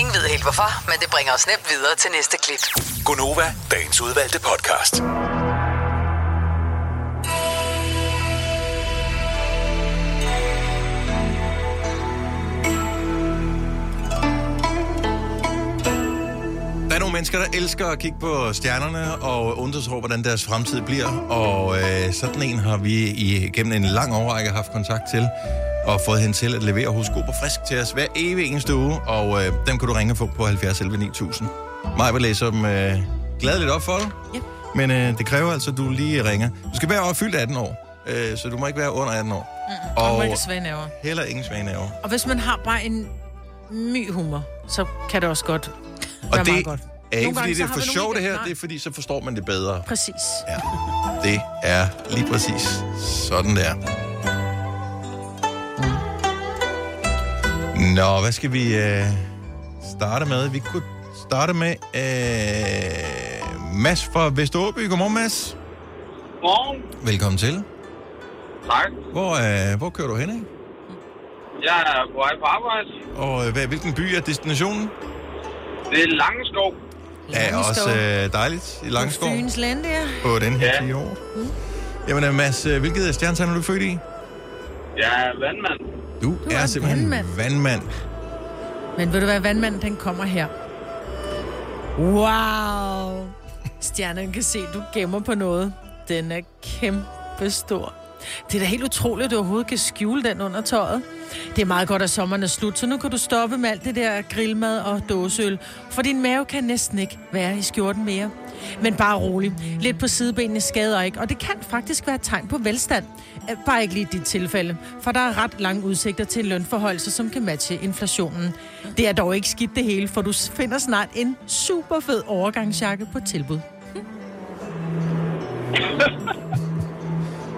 [SPEAKER 4] Ingen ved helt hvorfor, men det bringer os nemt videre til næste klip.
[SPEAKER 6] Gunova, dagens udvalgte podcast.
[SPEAKER 1] Der er nogle mennesker, der elsker at kigge på stjernerne og undre sig over, hvordan deres fremtid bliver. Og øh, sådan en har vi i, gennem en lang årrække haft kontakt til og fået hende til at levere horoskoper frisk til os hver evig eneste uge. Og øh, dem kan du ringe og få på 70 11 9000. Maja vil læse dem øh, gladeligt op for dig. Ja. Men øh, det kræver altså, at du lige ringer. Du skal være fyldt 18 år, øh, så du må ikke være under 18 år.
[SPEAKER 2] Mm,
[SPEAKER 1] Og-
[SPEAKER 2] og... Man kan svage nerver.
[SPEAKER 1] Heller ingen svage nerver.
[SPEAKER 2] Og hvis man har bare en my humor, så kan det også godt være
[SPEAKER 1] Og det
[SPEAKER 2] meget godt.
[SPEAKER 1] er
[SPEAKER 2] Nogle
[SPEAKER 1] ikke, fordi
[SPEAKER 2] gange,
[SPEAKER 1] det
[SPEAKER 2] så
[SPEAKER 1] er
[SPEAKER 2] har
[SPEAKER 1] for
[SPEAKER 2] vi nogle
[SPEAKER 1] sjovt det
[SPEAKER 2] idéer.
[SPEAKER 1] her.
[SPEAKER 2] Nej.
[SPEAKER 1] Det er, fordi så forstår man det bedre.
[SPEAKER 2] Præcis.
[SPEAKER 1] Ja. Det er lige præcis sådan der. Nå, hvad skal vi øh, starte med? Vi kunne starte med øh, Mads fra Vesteråby. Godmorgen, Mads.
[SPEAKER 9] Godmorgen.
[SPEAKER 1] Velkommen til.
[SPEAKER 9] Tak.
[SPEAKER 1] Hvor, øh, hvor kører du hen, ikke?
[SPEAKER 9] Jeg er på vej på arbejde.
[SPEAKER 1] Og øh, hvad, hvilken by er destinationen?
[SPEAKER 9] Det er Langeskov.
[SPEAKER 1] Det er også øh, dejligt i Langskov
[SPEAKER 2] Fyns lande, ja.
[SPEAKER 1] på den her ja. år. Jamen, øh, Mads, øh, hvilket stjernetegn er du født i?
[SPEAKER 9] Jeg er vandmand.
[SPEAKER 1] Du, du er, er simpelthen
[SPEAKER 2] vandmand.
[SPEAKER 1] vandmand.
[SPEAKER 2] Men ved du hvad, vandmanden den kommer her. Wow! Stjernen kan se, du gemmer på noget. Den er kæmpe stor. Det er da helt utroligt, at du overhovedet kan skjule den under tøjet. Det er meget godt, at sommeren er slut, så nu kan du stoppe med alt det der grillmad og dåseøl, for din mave kan næsten ikke være i skjorten mere. Men bare rolig. Lidt på sidebenene skader ikke, og det kan faktisk være et tegn på velstand. Øh, Bare ikke lige i dit tilfælde, for der er ret lange udsigter til lønforholdelser, som kan matche inflationen. Det er dog ikke skidt det hele, for du finder snart en super fed overgangsjakke på tilbud.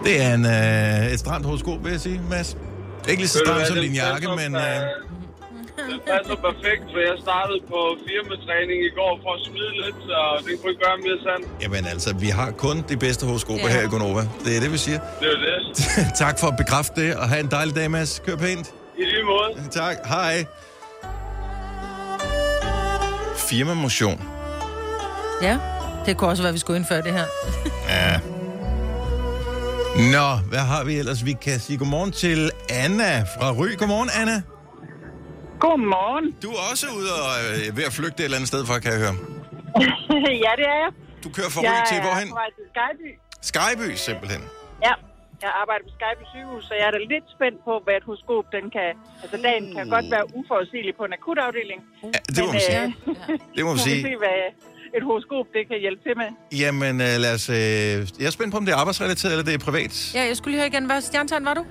[SPEAKER 1] Det er en, øh, et stramt horoskop, vil jeg sige, Mads. Ikke lige så
[SPEAKER 9] Ved du
[SPEAKER 1] stramt
[SPEAKER 9] hvad,
[SPEAKER 1] som
[SPEAKER 9] den
[SPEAKER 1] din jakke,
[SPEAKER 9] passer
[SPEAKER 1] men...
[SPEAKER 9] pa-
[SPEAKER 1] Øh,
[SPEAKER 9] Den passer perfekt, for jeg startede på firmatræning i går for at smide lidt, så det kunne ikke gøre mere sandt.
[SPEAKER 1] jamen altså, vi har kun de bedste horoskoper
[SPEAKER 9] Ja.
[SPEAKER 1] her i Gonova. Det er det, vi siger.
[SPEAKER 9] Det er jo det.
[SPEAKER 1] tak for at bekræfte det, og have en dejlig dag, Mads. Kør pænt.
[SPEAKER 9] I lige måde.
[SPEAKER 1] Tak. Hej. Firmamotion.
[SPEAKER 2] Ja, det kunne også være, at vi skulle indføre det her.
[SPEAKER 1] Ja. Nå, hvad har vi ellers? Vi kan sige godmorgen til Anna fra Ry. Godmorgen, Anna.
[SPEAKER 10] Godmorgen.
[SPEAKER 1] Du er også ude og øh, ved at flygte et eller andet sted fra, kan jeg høre.
[SPEAKER 10] ja, det er jeg.
[SPEAKER 1] Du kører fra
[SPEAKER 10] jeg
[SPEAKER 1] Ry til hvorhen?
[SPEAKER 10] Jeg er på vej til Skyby.
[SPEAKER 1] Skyby, simpelthen.
[SPEAKER 10] Ja, jeg arbejder på Skyby sygehus, så jeg er da lidt spændt på, hvad et horoskop, den kan... Altså, dagen kan godt være uforudsigelig på en akutafdeling.
[SPEAKER 1] Ja, det må man sige. Det må man sige.
[SPEAKER 10] se, hvad et horoskop, det kan hjælpe til med.
[SPEAKER 1] Jamen, øh, lad os... Øh, jeg er spændt på, om det er arbejdsrelateret, eller det er privat.
[SPEAKER 2] Ja, jeg skulle lige høre igen. Hvad stjernetegn var du?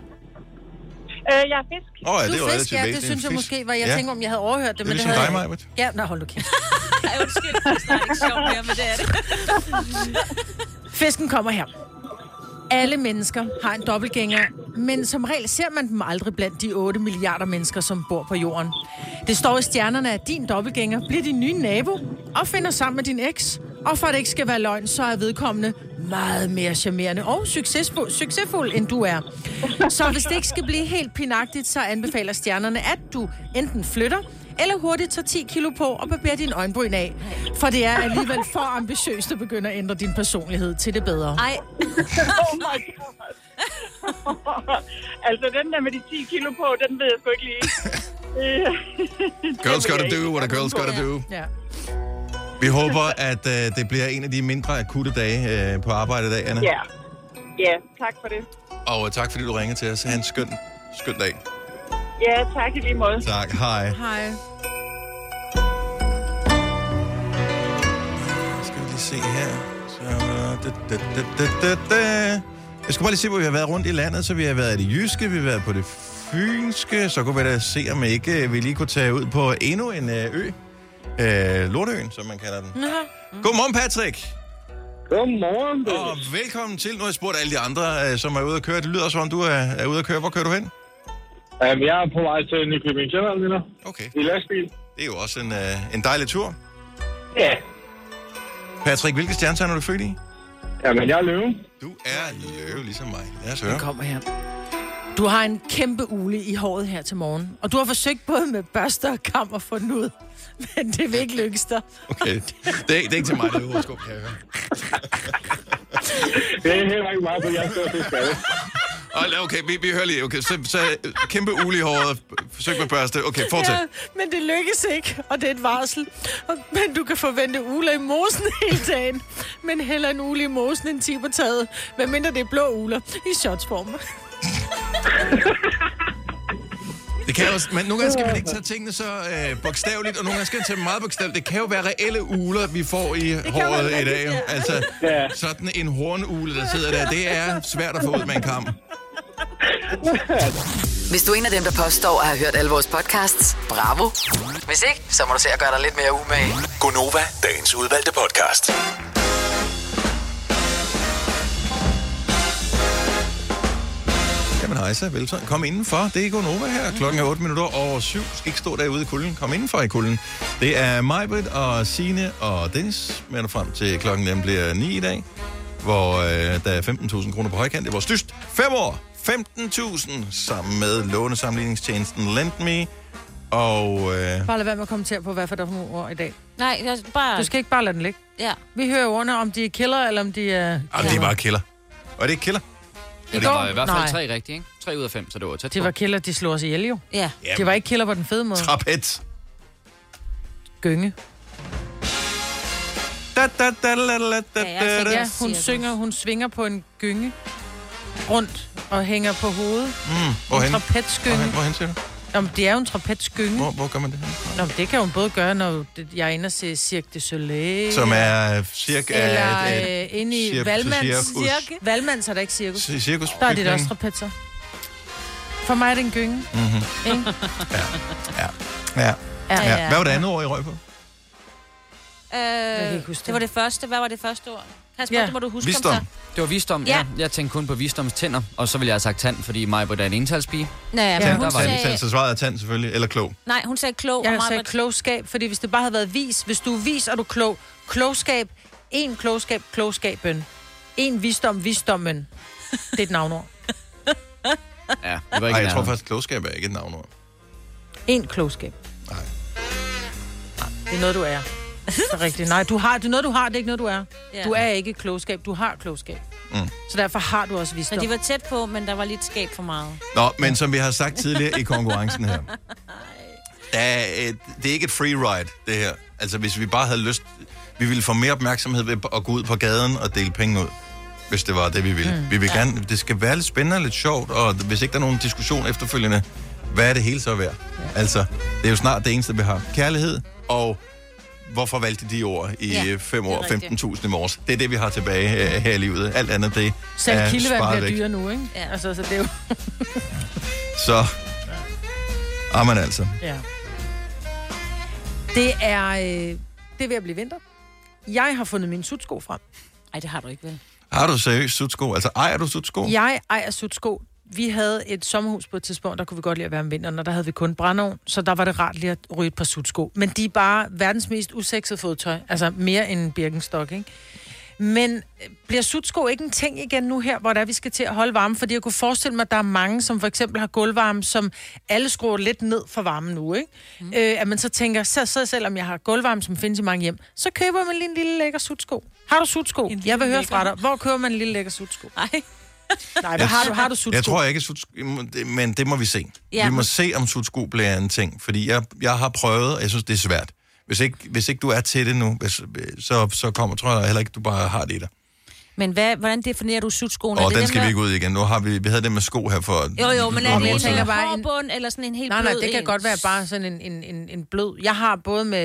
[SPEAKER 10] Øh, jeg er fisk.
[SPEAKER 1] Åh, ja,
[SPEAKER 2] du
[SPEAKER 1] det er jo
[SPEAKER 2] er
[SPEAKER 1] relativt
[SPEAKER 2] fisk, ja. Det
[SPEAKER 1] væsentligt.
[SPEAKER 2] synes jeg
[SPEAKER 1] Fisk.
[SPEAKER 2] måske var... Jeg
[SPEAKER 1] Ja.
[SPEAKER 2] ja. tænker, om jeg havde overhørt det,
[SPEAKER 1] Det er
[SPEAKER 2] men
[SPEAKER 1] ligesom
[SPEAKER 2] det
[SPEAKER 1] dig,
[SPEAKER 2] havde
[SPEAKER 1] Majbrit.
[SPEAKER 2] Ja, nej, hold nu kæft.
[SPEAKER 3] Ej, undskyld, det er snart ikke sjovt mere, men det er det.
[SPEAKER 2] Fisken kommer her. Alle mennesker har en dobbeltgænger, men som regel ser man dem aldrig blandt de 8 milliarder mennesker, som bor på jorden. Det står i stjernerne, at din dobbeltgænger bliver din nye nabo og finder sammen med din eks. Og for at det ikke skal være løgn, så er vedkommende meget mere charmerende og succesfuld, succesfuld end du er. Så hvis det ikke skal blive helt pinagtigt, så anbefaler stjernerne, at du enten flytter, eller hurtigt tager 10 kilo på og barberer din øjenbryn af. For det er alligevel for ambitiøst at begynde at ændre din personlighed til det bedre.
[SPEAKER 3] Ej.
[SPEAKER 10] oh my god. altså, den der med de 10 kilo på, den ved jeg sgu ikke lige. Øh,
[SPEAKER 1] Girls gotta do what a girl's gotta do.
[SPEAKER 2] Ja.
[SPEAKER 1] Vi håber, at øh, det bliver en af de mindre akutte dage øh, på arbejde i dag, Anna.
[SPEAKER 10] Ja. Ja, tak for det.
[SPEAKER 1] Og øh, tak, fordi du ringede til os. Ha' en skøn, skøn dag.
[SPEAKER 10] Ja, tak i lige måde.
[SPEAKER 1] Tak. Hej.
[SPEAKER 2] Hej.
[SPEAKER 1] Skal vi lige se her. Så, da, da, da, da, da, da. Jeg skal bare lige se, hvor vi har været rundt i landet. Så vi har været i det jyske, vi har været på det fynske. Så kunne vi da se, om ikke øh, vi lige kunne tage ud på endnu en øh, ø. Øh, Lortøen, som man kalder den. Mm. Godmorgen, Patrick. Godmorgen, du. Og velkommen til. Nu har jeg spurgt alle de andre, øh, som er ude at køre. Det lyder som om, du er, er ude at køre. Hvor kører du hen?
[SPEAKER 9] Jamen, jeg er på vej til Nykøbing Sjælland lige nu.
[SPEAKER 1] Okay.
[SPEAKER 9] I lastbil.
[SPEAKER 1] Det er jo også en, øh, en dejlig tur.
[SPEAKER 9] Ja.
[SPEAKER 1] Patrick, hvilke stjernetegn er du født i?
[SPEAKER 9] Jamen, jeg er løve.
[SPEAKER 1] Du er løve, ligesom mig. Lad os høre. Den
[SPEAKER 2] kommer her. Du har en kæmpe ule i håret her til morgen. Og du har forsøgt både med børster og kam at få den ud. Men det vil ikke lykkes dig.
[SPEAKER 1] Okay. Det, det, er, det er ikke til mig, det er horoskop, kan jeg høre.
[SPEAKER 9] Det er heller ikke meget, for jeg står til skade.
[SPEAKER 1] Og- Okay, vi, vi hører lige. Okay, så, så øh, kæmpe ule i håret. Forsøg med børste. Okay, fortsæt.
[SPEAKER 2] men det lykkes ikke, og det er et varsel. Og- Men du kan forvente uler i mosen hele dagen. Men heller en ule i mosen end 10 på taget. Hvad mindre det er blå uler i shotsform.
[SPEAKER 1] Det kan jo, men nogle gange skal man ikke tage tingene så øh, bogstaveligt, og nogle gange skal man tage dem meget bogstaveligt. Det kan jo være reelle uler, vi får i håret i dag. Jo. Altså, sådan en hornugle, der sidder der, det er svært at få ud med en kam.
[SPEAKER 4] Hvis du er en af dem, der påstår at have hørt alle vores podcasts, bravo. Hvis ikke, så må du se at gøre dig lidt mere umage.
[SPEAKER 6] Gonova, dagens udvalgte podcast.
[SPEAKER 1] Jamen hejsa, velkommen. Kom indenfor. Det er Gonova her. Klokken er 8 minutter over 7. Skal ikke stå derude i kulden. Kom indenfor i kulden. Det er Majbrit og Sine og Dennis. Vi er frem til klokken den bliver 9 i dag, hvor øh, der er 15.000 kroner på højkant. Det er vores dyst. 5 år. 15.000 sammen med lånesamligningstjenesten LendMe. Og øh,
[SPEAKER 2] Bare lad være med at kommentere på, hvad for der er nogle ord i dag.
[SPEAKER 3] Nej, jeg bare...
[SPEAKER 2] Du skal ikke bare lade den ligge.
[SPEAKER 3] Ja.
[SPEAKER 2] Vi hører ordene, om de er killer, eller om de er...
[SPEAKER 1] Ah, det er bare killer. Og det er killer.
[SPEAKER 11] Og det var i hvert fald
[SPEAKER 2] Nej.
[SPEAKER 11] tre rigtige, ikke? Tre ud af fem, så det var tæt
[SPEAKER 2] Det
[SPEAKER 11] på.
[SPEAKER 2] var killer, de slog os ihjel jo.
[SPEAKER 3] Ja.
[SPEAKER 2] Det var ikke killer på den fede måde.
[SPEAKER 1] Trapet.
[SPEAKER 2] Gynge.
[SPEAKER 1] Da, da, da, la, la, da,
[SPEAKER 2] Ja, jeg
[SPEAKER 1] da,
[SPEAKER 2] tænker,
[SPEAKER 1] da.
[SPEAKER 2] ja, hun synger, hun svinger på en gynge rundt og hænger på hovedet.
[SPEAKER 1] Mm, hvorhen?
[SPEAKER 2] En trapetsgynge.
[SPEAKER 1] Hvorhen, hvorhen siger du?
[SPEAKER 2] Jamen, det er jo en trapetsgynge.
[SPEAKER 1] Hvor, hvor gør man det her?
[SPEAKER 2] Nå, men det kan hun både gøre, når det- jeg er inde og ser Cirque du Soleil.
[SPEAKER 1] Som er øh, cirka...
[SPEAKER 2] Eller
[SPEAKER 1] et- et
[SPEAKER 2] øh, inde i
[SPEAKER 1] cir-
[SPEAKER 2] Valmands
[SPEAKER 1] cirkus.
[SPEAKER 2] cirke. Valmands er der ikke cirkus.
[SPEAKER 1] Cir- cirkus-
[SPEAKER 2] Der er det da
[SPEAKER 1] bygning.
[SPEAKER 2] også trapetser. For mig er det en gynge.
[SPEAKER 1] Mhm.
[SPEAKER 2] Ikke?
[SPEAKER 1] Ja.
[SPEAKER 3] Ja,
[SPEAKER 1] Ja.
[SPEAKER 3] ja.
[SPEAKER 1] Hvad var det andet ord, I røg på?
[SPEAKER 3] Øh, det var det første. Hvad var det første ord? Kasper, ja. det må du huske om så.
[SPEAKER 11] Det var visdom, ja.
[SPEAKER 3] Ja.
[SPEAKER 11] ja. Jeg tænkte kun på visdoms tænder, og så ville jeg have sagt tand, fordi mig er en entalspige.
[SPEAKER 3] Nå, ja, men
[SPEAKER 11] Der
[SPEAKER 3] hun
[SPEAKER 11] var
[SPEAKER 3] sagde-
[SPEAKER 11] en
[SPEAKER 1] Tand, så svaret er tand selvfølgelig, eller klog.
[SPEAKER 3] Nej, hun sagde klog.
[SPEAKER 2] Jeg
[SPEAKER 3] og
[SPEAKER 2] sagde
[SPEAKER 3] Maj-Brit-
[SPEAKER 2] klogskab, fordi hvis det bare havde været vis, hvis du er vis, og du er klog, klogskab, en klogskab, klogskaben, en visdom, visdommen. Det er et navnord.
[SPEAKER 11] Ja,
[SPEAKER 1] det var
[SPEAKER 11] ikke
[SPEAKER 1] ikke jeg tror
[SPEAKER 11] nærheden.
[SPEAKER 1] faktisk, klogskab er ikke et navnord.
[SPEAKER 2] En klogskab. Nej. Det er noget, du er. Det er rigtigt. Nej, du har, det er noget, du har, det er ikke noget, du er.
[SPEAKER 3] Ja.
[SPEAKER 2] Du er ikke klogskab, du har klogskab.
[SPEAKER 1] Mm.
[SPEAKER 2] Så derfor har du også visdom.
[SPEAKER 3] Men de var tæt på, men der var lidt skab for meget.
[SPEAKER 1] Nå, men som vi har sagt tidligere i konkurrencen her, der er et, det er ikke et free ride, det her. Altså, hvis vi bare havde lyst... Vi ville få mere opmærksomhed ved at gå ud på gaden og dele penge ud, hvis det var det, vi ville. Mm. Vi vil gerne... Det skal være lidt spændende og lidt sjovt, og hvis ikke der er nogen diskussion efterfølgende, hvad er det hele så værd? Ja. Altså, det er jo snart det eneste, vi har. Kærlighed og hvorfor valgte de ord i
[SPEAKER 2] Ja,
[SPEAKER 1] ja, fem
[SPEAKER 2] det er
[SPEAKER 1] år,
[SPEAKER 2] rigtigt.
[SPEAKER 1] 15.000 i morges? Det er det, vi har tilbage øh, her i livet. Alt andet, det
[SPEAKER 2] Selv
[SPEAKER 1] er
[SPEAKER 2] kildevand
[SPEAKER 1] sparet
[SPEAKER 2] bliver
[SPEAKER 1] væk.
[SPEAKER 2] dyre nu, ikke? Ja. Altså, så det er jo...
[SPEAKER 1] Så... Amen altså.
[SPEAKER 2] Ja. Det er... Øh, det er ved at blive vinter. Jeg har fundet mine sutsko frem.
[SPEAKER 3] Nej, det har du ikke, vel?
[SPEAKER 1] Har du seriøst sutsko? Altså, ejer du sutsko?
[SPEAKER 2] Jeg ejer sutsko. Vi havde et sommerhus på et tidspunkt, der kunne vi godt lide at være om vinteren, og der havde vi kun brændeovn, så der var det rart lige at ryge et par sutsko. Men de er bare verdens mest usexede fodtøj, altså mere end en birkenstok, ikke? Men øh, bliver sutsko ikke en ting igen nu her, hvor der vi skal til at holde varme? Fordi jeg kunne forestille mig, at der er mange, som for eksempel har gulvvarme, som alle skruer lidt ned for varmen nu, ikke? Mm. Øh, at man så tænker, så, så selvom jeg har gulvvarme, som findes i mange hjem, så køber man lige en lille lækker sutsko. Har du sutsko? Jeg vil høre fra dig. Hvor køber man en lille lækker sutsko?
[SPEAKER 3] Nej.
[SPEAKER 2] Nej, hvad har du, har du sutsko?
[SPEAKER 1] Jeg tror ikke, sutsko, men det må vi se.
[SPEAKER 2] Ja,
[SPEAKER 1] Ja, vi må
[SPEAKER 2] men-
[SPEAKER 1] se, om sutsko bliver en ting, fordi jeg, jeg har prøvet, og jeg synes, det er svært. Hvis ikke, hvis ikke du er til det nu, hvis, så, så kommer, tror jeg heller ikke, du bare har det i dig.
[SPEAKER 3] Men hvad, hvordan definerer du sutskoen? Er
[SPEAKER 1] Og
[SPEAKER 3] det
[SPEAKER 1] den skal
[SPEAKER 3] der-
[SPEAKER 1] vi ikke ud i igen. Nu har vi, vi havde det med sko her for...
[SPEAKER 3] Jo, jo, men
[SPEAKER 1] nogle
[SPEAKER 3] er
[SPEAKER 1] uger
[SPEAKER 3] det en
[SPEAKER 1] siden.
[SPEAKER 3] tænker bare en... hårbund, eller sådan en helt
[SPEAKER 2] Nej, nej,
[SPEAKER 3] blød
[SPEAKER 2] det kan
[SPEAKER 3] en?
[SPEAKER 2] godt være bare sådan en, en, en, en blød. Jeg har både med...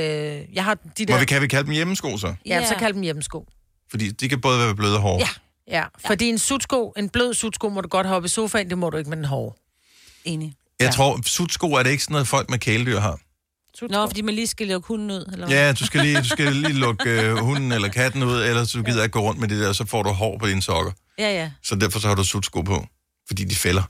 [SPEAKER 2] Jeg har de der...
[SPEAKER 1] Må vi, kan vi kalde dem hjemmesko så?
[SPEAKER 2] Ja, så kald dem hjemmesko.
[SPEAKER 1] Fordi de kan både være bløde og hårde.
[SPEAKER 2] Ja. Ja, fordi en sutsko, en blød sutsko, må du godt have op i sofaen, det må du ikke med den hårde.
[SPEAKER 3] Enig.
[SPEAKER 1] Jeg tror, sutsko er det ikke sådan noget, folk med kæledyr har.
[SPEAKER 3] Nå, fordi man lige skal lukke hunden ud, eller hvad?
[SPEAKER 1] Ja, du skal lige, du skal lige lukke øh, hunden eller katten ud, ellers du gider ikke gå rundt med det der, så får du hår på dine sokker.
[SPEAKER 3] Ja, ja.
[SPEAKER 1] Så derfor så har du sutsko på, fordi de fælder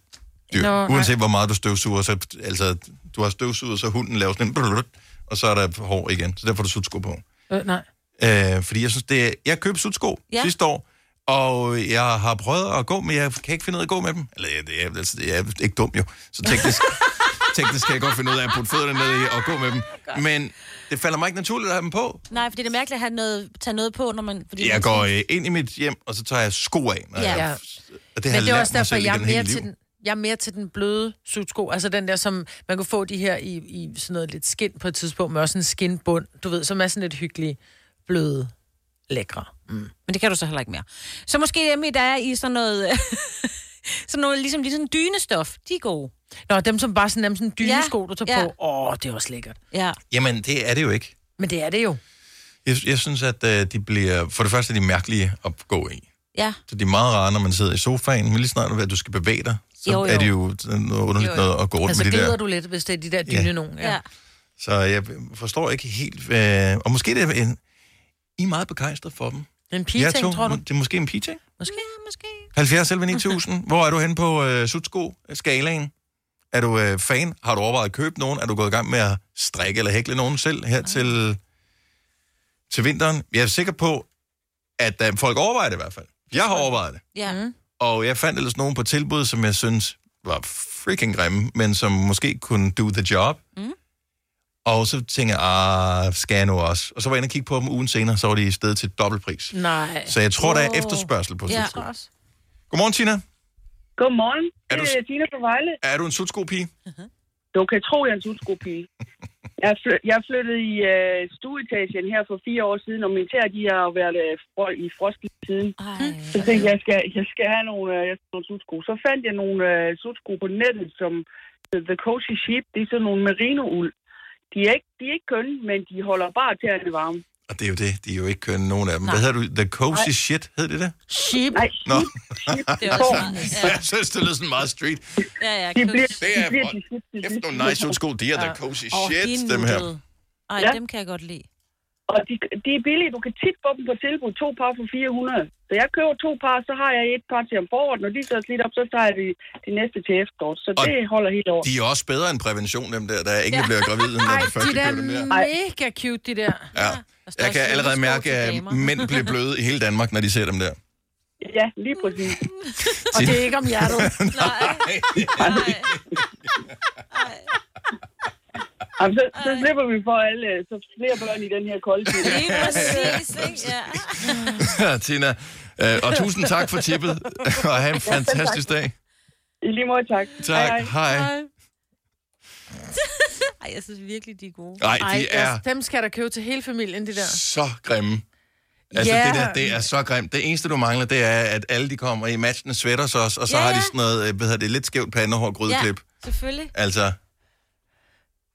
[SPEAKER 1] dyr.
[SPEAKER 3] Nå,
[SPEAKER 1] Nå,
[SPEAKER 3] nej.
[SPEAKER 1] Uanset hvor meget du støvsuger, så, altså, du har støvsuget, så hunden laver sådan en blødt, og så er der hår igen. Så derfor har du sutsko på.
[SPEAKER 2] Øh, nej.
[SPEAKER 1] Øh, fordi jeg synes, det er, jeg købte sutsko
[SPEAKER 2] Ja.
[SPEAKER 1] ja. sidste år, og jeg har prøvet at gå, men jeg kan ikke finde ud af at gå med dem. Eller jeg, jeg, altså, jeg er ikke dum jo, så teknisk, teknisk kan jeg godt finde ud af at putte fødderne ned i og gå med dem. Men det falder mig ikke naturligt at have dem på.
[SPEAKER 3] Nej, fordi det er mærkeligt at have noget, tage noget på, når man... Fordi
[SPEAKER 1] Jeg går øh, ind i mit hjem, og så tager jeg sko af. Når
[SPEAKER 3] Ja.
[SPEAKER 1] jeg,
[SPEAKER 3] Ja.
[SPEAKER 1] og
[SPEAKER 2] Det
[SPEAKER 1] har
[SPEAKER 2] Men det er
[SPEAKER 1] lært
[SPEAKER 2] også
[SPEAKER 1] mig
[SPEAKER 2] derfor,
[SPEAKER 1] selv
[SPEAKER 2] jeg er,
[SPEAKER 1] igennem
[SPEAKER 2] mere
[SPEAKER 1] hele
[SPEAKER 2] til
[SPEAKER 1] livet.
[SPEAKER 2] den, jeg er mere til den bløde sutsko. Altså den der, som man kunne få de her i, i sådan noget lidt skin på et tidspunkt, med også en skinbund, du ved, som er sådan lidt hyggelig, bløde, lækre. Mm.
[SPEAKER 3] Men det kan du så heller ikke mere. Så måske Emmy, der er i sådan noget... sådan noget, ligesom, ligesom dynestof. De er gode.
[SPEAKER 2] Nå, dem som bare sådan, dem sådan dynesko, du
[SPEAKER 3] Ja,
[SPEAKER 2] tager
[SPEAKER 3] ja.
[SPEAKER 2] på. Åh, det er også lækkert.
[SPEAKER 3] Ja.
[SPEAKER 1] Jamen, det er det jo ikke.
[SPEAKER 2] Men det er det jo.
[SPEAKER 1] Jeg, jeg synes, at øh, de bliver... For det første er de mærkelige at gå i.
[SPEAKER 3] Ja.
[SPEAKER 1] Så de er meget rare, når man sidder i sofaen, men lige snart, at du skal bevæge dig, så
[SPEAKER 2] Jo,
[SPEAKER 1] jo,
[SPEAKER 2] jo.
[SPEAKER 1] jo. er det jo sådan noget underligt jo, jo. noget at gå rundt
[SPEAKER 2] altså,
[SPEAKER 1] med det
[SPEAKER 2] glider
[SPEAKER 1] der.
[SPEAKER 2] du lidt, hvis det er de der
[SPEAKER 1] Ja.
[SPEAKER 2] dyne ja. nogen. Ja. ja.
[SPEAKER 1] Så jeg forstår ikke helt... Øh, og måske det er en... I er meget begejstret for dem.
[SPEAKER 2] En
[SPEAKER 1] Jeg
[SPEAKER 2] pigeting,
[SPEAKER 1] tog-
[SPEAKER 2] tror du?
[SPEAKER 1] Det er måske en pigeting.
[SPEAKER 2] Måske.
[SPEAKER 1] 70 selv 9000. Hvor er du henne på øh, sutsko-skalaen? Er du øh, fan? Har du overvejet at købe nogen? Er du gået i gang med at strikke eller hækle nogen selv
[SPEAKER 3] Ah.
[SPEAKER 1] her til, til vinteren? Jeg er sikker på, at øh, folk overvejer det i hvert fald. Jeg har overvejet det.
[SPEAKER 3] Ja. Mm.
[SPEAKER 1] Og jeg fandt ellers nogen på tilbud, som jeg synes var freaking grimme, men som måske kunne do the job.
[SPEAKER 3] Mm.
[SPEAKER 1] Og så tænkte jeg, ah, skal jeg nu også? Og så var jeg inde og kigge på dem ugen senere, så var de i stedet til
[SPEAKER 3] Mm.
[SPEAKER 1] dobbeltpris.
[SPEAKER 2] Nej.
[SPEAKER 1] Så jeg tror, der er
[SPEAKER 12] Åh.
[SPEAKER 1] efterspørgsel på
[SPEAKER 12] ja.
[SPEAKER 1] sutsko. Godmorgen, Tina.
[SPEAKER 12] Godmorgen.
[SPEAKER 1] Er du-
[SPEAKER 12] Det er Tina fra Vejle.
[SPEAKER 1] Er du en sutsko-pige?
[SPEAKER 12] Du kan tro, jeg er en sutskopige. Jeg, fly- jeg flyttede i øh, stueetagen her for fire år siden, og min tæer, de har jo været øh, fro- i frost lige siden.
[SPEAKER 3] Mm.
[SPEAKER 12] Så tænkte jeg, jeg skal, jeg skal have nogle, øh, jeg skal have nogle sutsko. Så fandt jeg nogle øh, sutsko på nettet, som øh, The Cozy Sheep, det er sådan nogle merino-uld. De er ikke, de er ikke kønne, men de holder bare tæerne varme.
[SPEAKER 1] Og det er jo det. De er jo ikke kønne nogen af dem.
[SPEAKER 12] Nej.
[SPEAKER 1] Hvad hedder du? The Cozy
[SPEAKER 12] Nej.
[SPEAKER 1] Shit, hed det det?
[SPEAKER 2] Sheep.
[SPEAKER 12] Nej,
[SPEAKER 1] Nå.
[SPEAKER 12] Det er også
[SPEAKER 1] ja. Jeg synes, det lyder sådan meget street.
[SPEAKER 3] Ja, ja.
[SPEAKER 12] de bliver,
[SPEAKER 1] Det
[SPEAKER 12] de
[SPEAKER 1] er
[SPEAKER 12] bliver
[SPEAKER 1] godt.
[SPEAKER 12] til sidst. til
[SPEAKER 1] Kæft,
[SPEAKER 12] sidst.
[SPEAKER 1] nogle nice sutsko. De er The Cozy
[SPEAKER 3] Åh,
[SPEAKER 1] Shit,
[SPEAKER 3] de er
[SPEAKER 1] dem her.
[SPEAKER 3] nuttede. Ej, ja.
[SPEAKER 12] Ja.
[SPEAKER 3] dem kan jeg godt lide.
[SPEAKER 12] Og de, de er billige. Du kan tit få dem på tilbud. To par for 400. Så jeg køber to par, så har jeg et par til om foråret. Når de så er slidt op, så tager jeg de, de næste til efteråret. Så
[SPEAKER 1] Og
[SPEAKER 12] det holder helt over.
[SPEAKER 1] De er også bedre end prævention, dem der, der ikke bliver gravide, når de først
[SPEAKER 2] de der
[SPEAKER 1] køber dem
[SPEAKER 2] er
[SPEAKER 1] der.
[SPEAKER 2] mega cute, de der.
[SPEAKER 1] Ja. Jeg kan allerede mærke, at
[SPEAKER 2] damer.
[SPEAKER 1] mænd bliver bløde i hele Danmark, når de ser dem der.
[SPEAKER 12] Ja, lige præcis.
[SPEAKER 2] Og det er ikke om hjertet.
[SPEAKER 12] Jamen, så, så slipper vi for alle, øh, så flere børn i den her kolde tid.
[SPEAKER 3] Lige præcis, ikke? Ja.
[SPEAKER 1] Tina, øh, og tusind tak for tippet, og have en
[SPEAKER 12] Ja, selv tak.
[SPEAKER 1] fantastisk dag.
[SPEAKER 12] I lige måde, tak.
[SPEAKER 1] Tak, hej.
[SPEAKER 3] Ej, jeg synes virkelig, de er gode.
[SPEAKER 1] Ej, de
[SPEAKER 2] Ej,
[SPEAKER 1] er-
[SPEAKER 2] altså, Dem skal der købe til hele familien, de der.
[SPEAKER 1] Så grimme. Altså,
[SPEAKER 2] Ja.
[SPEAKER 1] yeah. det der, det er så grimt. Det eneste, du mangler, det er, at alle de kommer i matchende sweaters også, og så
[SPEAKER 2] Ja,
[SPEAKER 1] har
[SPEAKER 2] ja.
[SPEAKER 1] de sådan noget, øh, hvad hedder det, lidt skævt pandehår grydeklip.
[SPEAKER 3] Ja, selvfølgelig.
[SPEAKER 1] Altså,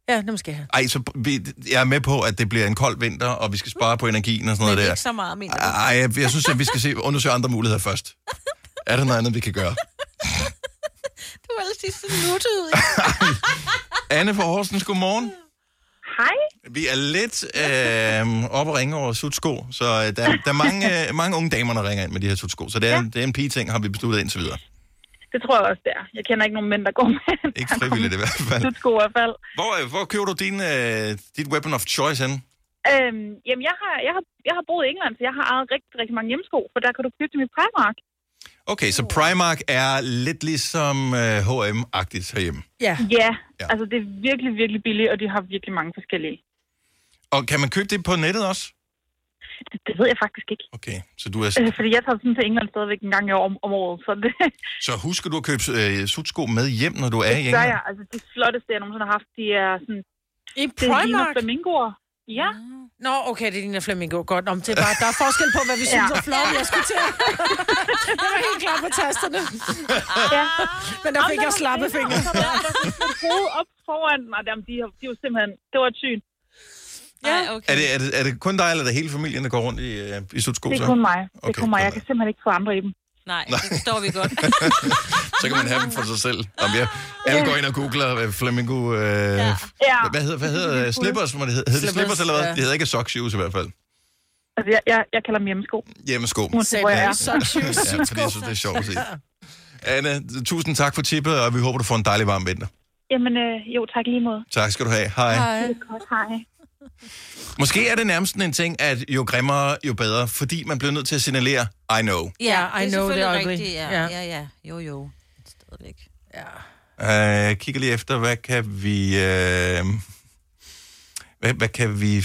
[SPEAKER 2] Ja, dem skal jeg have.
[SPEAKER 1] ej, så vi, jeg er med på, at det bliver en kold vinter, og vi skal spare på energien og sådan noget
[SPEAKER 3] Men
[SPEAKER 1] der. Ah.
[SPEAKER 3] ikke så meget, mener du?
[SPEAKER 1] Ej, jeg, jeg synes, at vi skal se, undersøge andre muligheder først. Er der noget andet, vi kan gøre?
[SPEAKER 3] Du er ellers lige så nuttet ud. ikke?
[SPEAKER 1] Anne fra Horsens, godmorgen.
[SPEAKER 13] Hej.
[SPEAKER 1] Vi er lidt øh, oppe og ringe over sutsko, så øh, der, der er mange, øh, mange unge damer, der ringer ind med de her sutsko. Så det er, ja. det er en pige-ting, har vi besluttet indtil videre.
[SPEAKER 13] Det tror jeg også, det er. Jeg kender ikke nogen mænd, der går med
[SPEAKER 1] Ikke frivilligt i hvert fald.
[SPEAKER 13] sutsko i hvert fald.
[SPEAKER 1] Hvor, øh, hvor køber du din, øh, dit weapon of choice hen?
[SPEAKER 13] Øhm, jamen, jeg har, jeg, har, jeg har boet i England, så jeg har ejet rigtig, rigtig mange hjemmesko, for der kan du købe dem i Primark.
[SPEAKER 1] Okay, så Primark er lidt ligesom øh, H&M-agtigt herhjemme.
[SPEAKER 2] Ja.
[SPEAKER 13] ja. altså det er virkelig, virkelig billigt, og de har virkelig mange forskellige.
[SPEAKER 1] Og kan man købe det på nettet også?
[SPEAKER 13] Det, det ved jeg faktisk ikke.
[SPEAKER 1] Okay, så du er...
[SPEAKER 13] Øh, fordi jeg tager sådan til England stadigvæk en gang i år om, om året, så det,
[SPEAKER 1] Så husker du at købe øh, sutsko med hjem, når du
[SPEAKER 13] det
[SPEAKER 1] er i
[SPEAKER 13] gør
[SPEAKER 1] England?
[SPEAKER 13] jeg. Altså de flotteste, jeg nogensinde har haft, de er sådan...
[SPEAKER 2] I
[SPEAKER 13] Det ligner
[SPEAKER 2] Primark?
[SPEAKER 13] flamingoer. Ja.
[SPEAKER 2] Nå, okay, det ligner Flamingo. Godt, om det er bare, der er forskel på, hvad vi
[SPEAKER 13] Ja.
[SPEAKER 2] synes er flot. Jeg skulle til. Jeg var helt klar på tasterne.
[SPEAKER 13] Ja.
[SPEAKER 2] Men der fik jeg slappe fingre.
[SPEAKER 13] Og der var sådan et hoved op foran mig. Jamen, de, har- de var simpelthen... Det var et syn. Ja,
[SPEAKER 1] Er det, er, det, er det kun dig, eller er det hele familien, der går rundt i, øh, i sutsko?
[SPEAKER 13] Det er
[SPEAKER 1] så?
[SPEAKER 13] kun mig. Det er
[SPEAKER 1] Okay,
[SPEAKER 13] kun mig.
[SPEAKER 1] kun
[SPEAKER 13] Jeg kan simpelthen ikke få andre i dem.
[SPEAKER 3] Nej, det forstår vi godt.
[SPEAKER 1] Så kan man have dem for sig selv. Om jeg, alle går ind og googler øh, flamingo... Øh, ja. Hvad hedder, hvad hedder øh, slippers? Må det hedde? Hedder det slippers
[SPEAKER 13] Slippers,
[SPEAKER 1] eller hvad?
[SPEAKER 13] ja.
[SPEAKER 1] Det hedder ikke sock shoes i hvert fald.
[SPEAKER 13] Altså, jeg, jeg, jeg kalder dem hjemmesko.
[SPEAKER 1] Hjemmesko.
[SPEAKER 13] Uanset hvor jeg er.
[SPEAKER 1] ja, fordi jeg synes, det er sjovt at se. Anne, tusind tak for tippet, og vi håber, du får en dejlig varm vinter.
[SPEAKER 13] Jamen, øh, jo, tak i lige måde.
[SPEAKER 1] Tak skal du have. Hej.
[SPEAKER 13] Det er godt, hej.
[SPEAKER 1] Måske er det nærmest sådan en ting, at jo grimmere, jo bedre, fordi man bliver nødt til at signalere, I know.
[SPEAKER 2] Ja, I know
[SPEAKER 3] selvfølgelig
[SPEAKER 2] they're ugly.
[SPEAKER 3] rigtigt, Ja,
[SPEAKER 2] Ja.
[SPEAKER 3] ja, ja, ja. Jo, jo. Stadigvæk.
[SPEAKER 2] Ja.
[SPEAKER 1] Jeg uh, kigger lige efter, hvad kan vi... Uh, hvad, hvad kan vi...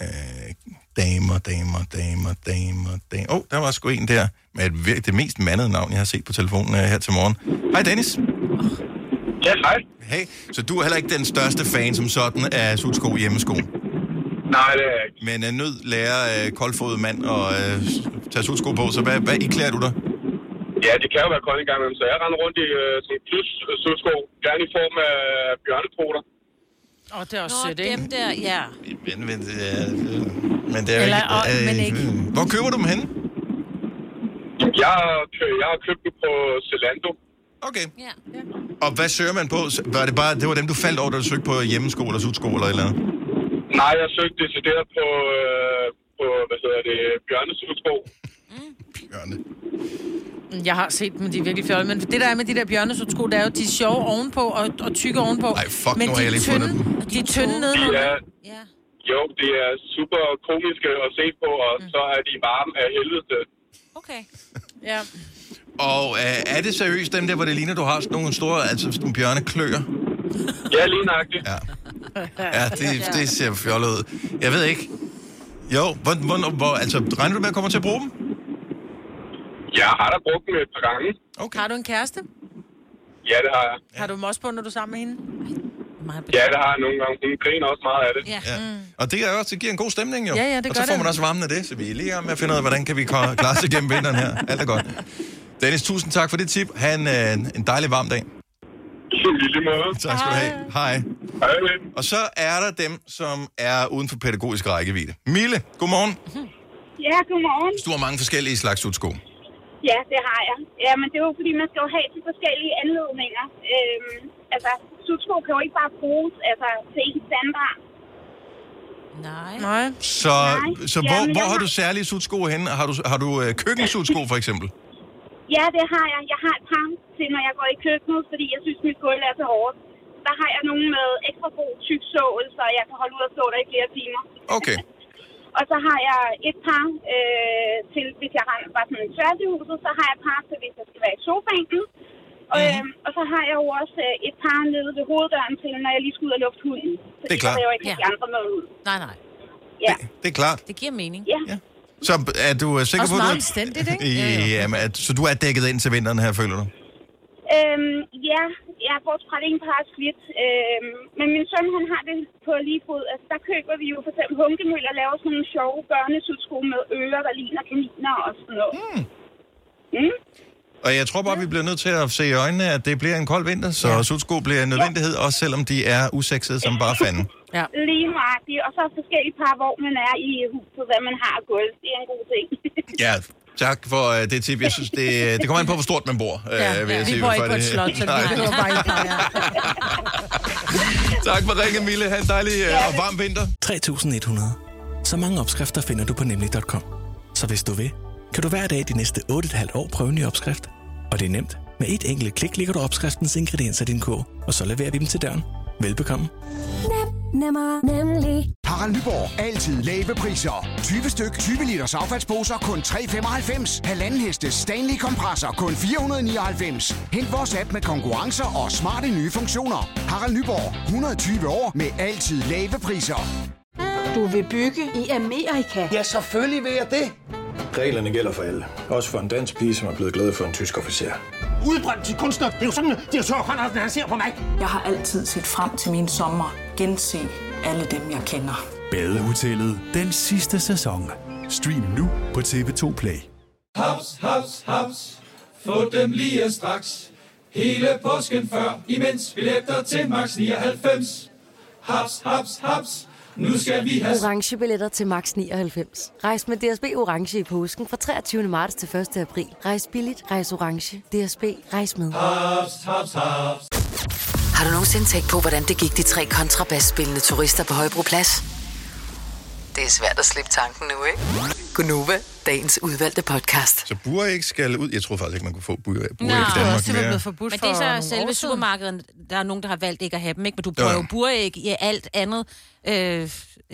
[SPEAKER 1] Uh, damer, damer, damer, damer, damer... Åh, oh, der var sgu en der med et, vir- det mest mandede navn, jeg har set på telefonen uh, her til morgen. Hej, Dennis.
[SPEAKER 14] Ja, hej.
[SPEAKER 1] Hey, så du er heller ikke den største fan som sådan af sutsko hjemmesko?
[SPEAKER 14] Nej, det er ikke.
[SPEAKER 1] Men uh, nød lærer uh, koldfodet mand og uh, tage sutsko på, så hvad, hvad iklæder du dig?
[SPEAKER 14] Ja, det kan jo være koldt i gang imellem, så jeg render rundt i øh, sådan plus sudsko, gerne i form af øh, bjørnepoter.
[SPEAKER 2] Åh, det er også
[SPEAKER 3] Nå,
[SPEAKER 2] sødt, ikke?
[SPEAKER 3] dem der, ja.
[SPEAKER 1] Men, men, øh, men det er jo
[SPEAKER 2] Eller,
[SPEAKER 1] ikke...
[SPEAKER 2] og- men ikke.
[SPEAKER 1] øh, Hvor køber du dem henne?
[SPEAKER 14] Jeg, har kø- jeg har købt dem på Zalando.
[SPEAKER 1] Okay. Og hvad søger man på? Så Var det, bare, det var dem, du faldt over, da du søgte på hjemmesko eller sutsko eller et eller andet?
[SPEAKER 14] Nej, jeg søgte decideret på, øh, på hvad hedder det, bjørnesudsko.
[SPEAKER 2] Jeg har set dem, de er virkelig fjolle. Men det der er med de der bjørnesutsko, det er jo, de er sjove ovenpå og, og tykke ovenpå. Nej,
[SPEAKER 1] fuck,
[SPEAKER 2] men
[SPEAKER 1] nu har
[SPEAKER 2] de
[SPEAKER 1] jeg
[SPEAKER 2] er
[SPEAKER 1] lige
[SPEAKER 2] tynde,
[SPEAKER 1] fundet
[SPEAKER 2] De er tynde nedenunder.
[SPEAKER 14] Ja. Jo, det er super komiske at se på, og så er de varme af helvede. til.
[SPEAKER 3] Okay.
[SPEAKER 2] Ja.
[SPEAKER 1] Og øh, er det seriøst dem der, hvor det ligner, du har sådan nogle store altså sådan nogle bjørnekløer?
[SPEAKER 14] Ja, lige nøjagtigt.
[SPEAKER 1] Ja, ja det, det ser fjollet ud. Jeg ved ikke. Jo, hvor, hvor, hvor, altså, regner du med at komme til at bruge dem?
[SPEAKER 14] Jeg har da brugt dem et par gange.
[SPEAKER 2] Okay. Har du en kæreste?
[SPEAKER 14] Ja, det har jeg.
[SPEAKER 2] Har du dem også på, når du er sammen med hende?
[SPEAKER 14] Ja, det har jeg nogle gange. Hun griner også meget af det.
[SPEAKER 2] Mm.
[SPEAKER 1] Og det, er jo også, det giver en god stemning jo.
[SPEAKER 2] Ja, ja, det
[SPEAKER 1] og
[SPEAKER 2] gør
[SPEAKER 1] så får
[SPEAKER 2] det.
[SPEAKER 1] man også varmen af det, så vi er lige om med at finde ud af, hvordan kan vi ko- klare os igennem vinteren her. Alt er godt. Dennis, tusind tak for det tip. Ha' en, øh, en dejlig varm dag.
[SPEAKER 14] Lille måde.
[SPEAKER 1] Tak skal du have. Hej. Og så er der dem, som er uden for pædagogisk rækkevidde. Mille, godmorgen.
[SPEAKER 15] Ja, godmorgen.
[SPEAKER 1] Du har mange forskellige slags sutsko.
[SPEAKER 15] Ja, det har jeg. Ja, men det er jo fordi, man skal jo have til forskellige anledninger. Øhm, altså, sutsko kan jo ikke bare bruges altså, til en standard.
[SPEAKER 3] Nej.
[SPEAKER 2] Nej.
[SPEAKER 1] Så, så
[SPEAKER 15] Jamen,
[SPEAKER 1] hvor,
[SPEAKER 15] jeg
[SPEAKER 1] hvor har
[SPEAKER 15] har-
[SPEAKER 1] du særlige sutsko henne? Har du, har du øh, køkkensutsko for eksempel?
[SPEAKER 15] Ja, det har jeg. Jeg har et par til, når jeg går i køkkenet, fordi jeg synes, mit gulv er så hårdt. Der har jeg nogen med ekstra god tyk sål, så jeg kan holde ud og stå der i flere timer.
[SPEAKER 1] Okay.
[SPEAKER 15] Og så har jeg et par øh, til, hvis jeg har bare sådan en tværs i huset, så har jeg et par til, hvis jeg skal være i sofaen. Og,
[SPEAKER 1] Mhm.
[SPEAKER 15] øh, og så har jeg jo også øh, et par nede ved hoveddøren til, når jeg lige skal ud og lufte hunden. Så
[SPEAKER 1] Det er klart.
[SPEAKER 15] Jeg jo ikke ja. de andre med ud.
[SPEAKER 3] Nej, nej.
[SPEAKER 15] Ja.
[SPEAKER 1] Det er klart.
[SPEAKER 3] Det giver mening.
[SPEAKER 15] Ja.
[SPEAKER 1] ja. Så er du øh, sikker
[SPEAKER 15] Også
[SPEAKER 1] på,
[SPEAKER 15] meget
[SPEAKER 1] at du...
[SPEAKER 15] omstændigt, ikke?
[SPEAKER 1] Ja,
[SPEAKER 15] Jo, jo.
[SPEAKER 1] Jamen, at, så du er dækket ind til vinteren her, føler du?
[SPEAKER 15] Øhm, ja, jeg har brugt fra det ene par er slidt. Øhm, men min søn, han har det på lige fod. Altså, der køber vi jo for eksempel hunkemøl og laver sådan nogle sjove børnesudsko med ører, der ligner kaniner og sådan noget. Mm. Mm.
[SPEAKER 1] Og jeg tror bare, vi bliver nødt til at se i øjnene, at det bliver en kold vinter, så ja. sutsko bliver en nødvendighed, også selvom de er usexede som bare fanden.
[SPEAKER 2] Ja.
[SPEAKER 15] Lige nøjagtigt. Og så forskellige par, hvor man er i huset, hvad man har at gulv. Det er en god ting.
[SPEAKER 1] Ja, tak for øh, det tip. Jeg synes, det, det kommer an på, hvor stort man bor. Øh, ja, vil jeg sige,
[SPEAKER 2] Vi bor
[SPEAKER 1] for
[SPEAKER 2] ikke på
[SPEAKER 1] det
[SPEAKER 2] et
[SPEAKER 1] her.
[SPEAKER 2] slot, så
[SPEAKER 1] Nej.
[SPEAKER 2] vi behøver bare ikke
[SPEAKER 1] Tak for ringen, Mille. Ha' en dejlig øh, og varm vinter.
[SPEAKER 16] 3.100. Så mange opskrifter finder du på nemlig.com. Så hvis du vil, kan du hver dag de næste 8,5 år prøve en ny opskrift. Og det er nemt. Med et enkelt klik ligger du opskriftens ingredienser i din kog, og så leverer vi dem til døren. Velbekomme.
[SPEAKER 17] Nem, nemmer, nemlig. Harald Nyborg. Altid lave priser. 20 styk, 20 liters affaldsposer kun 3,95. Halvanden heste Stanley kompresser kun 499. Hent vores app med konkurrencer og smarte nye funktioner. Harald Nyborg. 120 år med altid lave priser.
[SPEAKER 18] Du vil bygge i Amerika? Ja, selvfølgelig vil jeg det.
[SPEAKER 19] Reglerne gælder for alle. Også for en dansk pige, som er blevet glad for en tysk officer.
[SPEAKER 18] Udbrøndt til kunstner. Det er jo sådan, at de har tørt, han ser på mig. Jeg har altid set frem til min sommer. Gense alle dem, jeg kender.
[SPEAKER 20] Badehotellet den sidste sæson. Stream nu på TV2 Play.
[SPEAKER 8] Haps, haps, haps. Få dem lige straks. Hele påsken før, imens vi læfter til max 99. Haps, haps, haps. Nu skal vi have...
[SPEAKER 21] orange billetter til max 99. Rejs med DSB orange i påsken fra 23. marts til 1. april. Rejs billigt, rejs orange. DSB rejs med.
[SPEAKER 8] Haps, haps, haps.
[SPEAKER 4] Har du nogensinde tænkt på, hvordan det gik de tre kontrabasspillende turister på Højbroplads? Det er svært at slippe tanken nu, ikke? Gunova, dagens udvalgte podcast.
[SPEAKER 1] Så buræg skal ud. Jeg troede faktisk ikke, man kunne få buræg, buræg
[SPEAKER 3] Nej.
[SPEAKER 1] i
[SPEAKER 3] Det var
[SPEAKER 1] Danmark
[SPEAKER 3] også
[SPEAKER 1] mere.
[SPEAKER 2] forbudt
[SPEAKER 3] Men det
[SPEAKER 2] for
[SPEAKER 3] er
[SPEAKER 2] nogle
[SPEAKER 3] så
[SPEAKER 2] år siden.
[SPEAKER 3] selve supermarkedet, der er nogen, der har valgt ikke at have dem, ikke? Men du
[SPEAKER 1] Jo,
[SPEAKER 3] prøver
[SPEAKER 1] jo.
[SPEAKER 3] jo buræg i alt andet. Øh,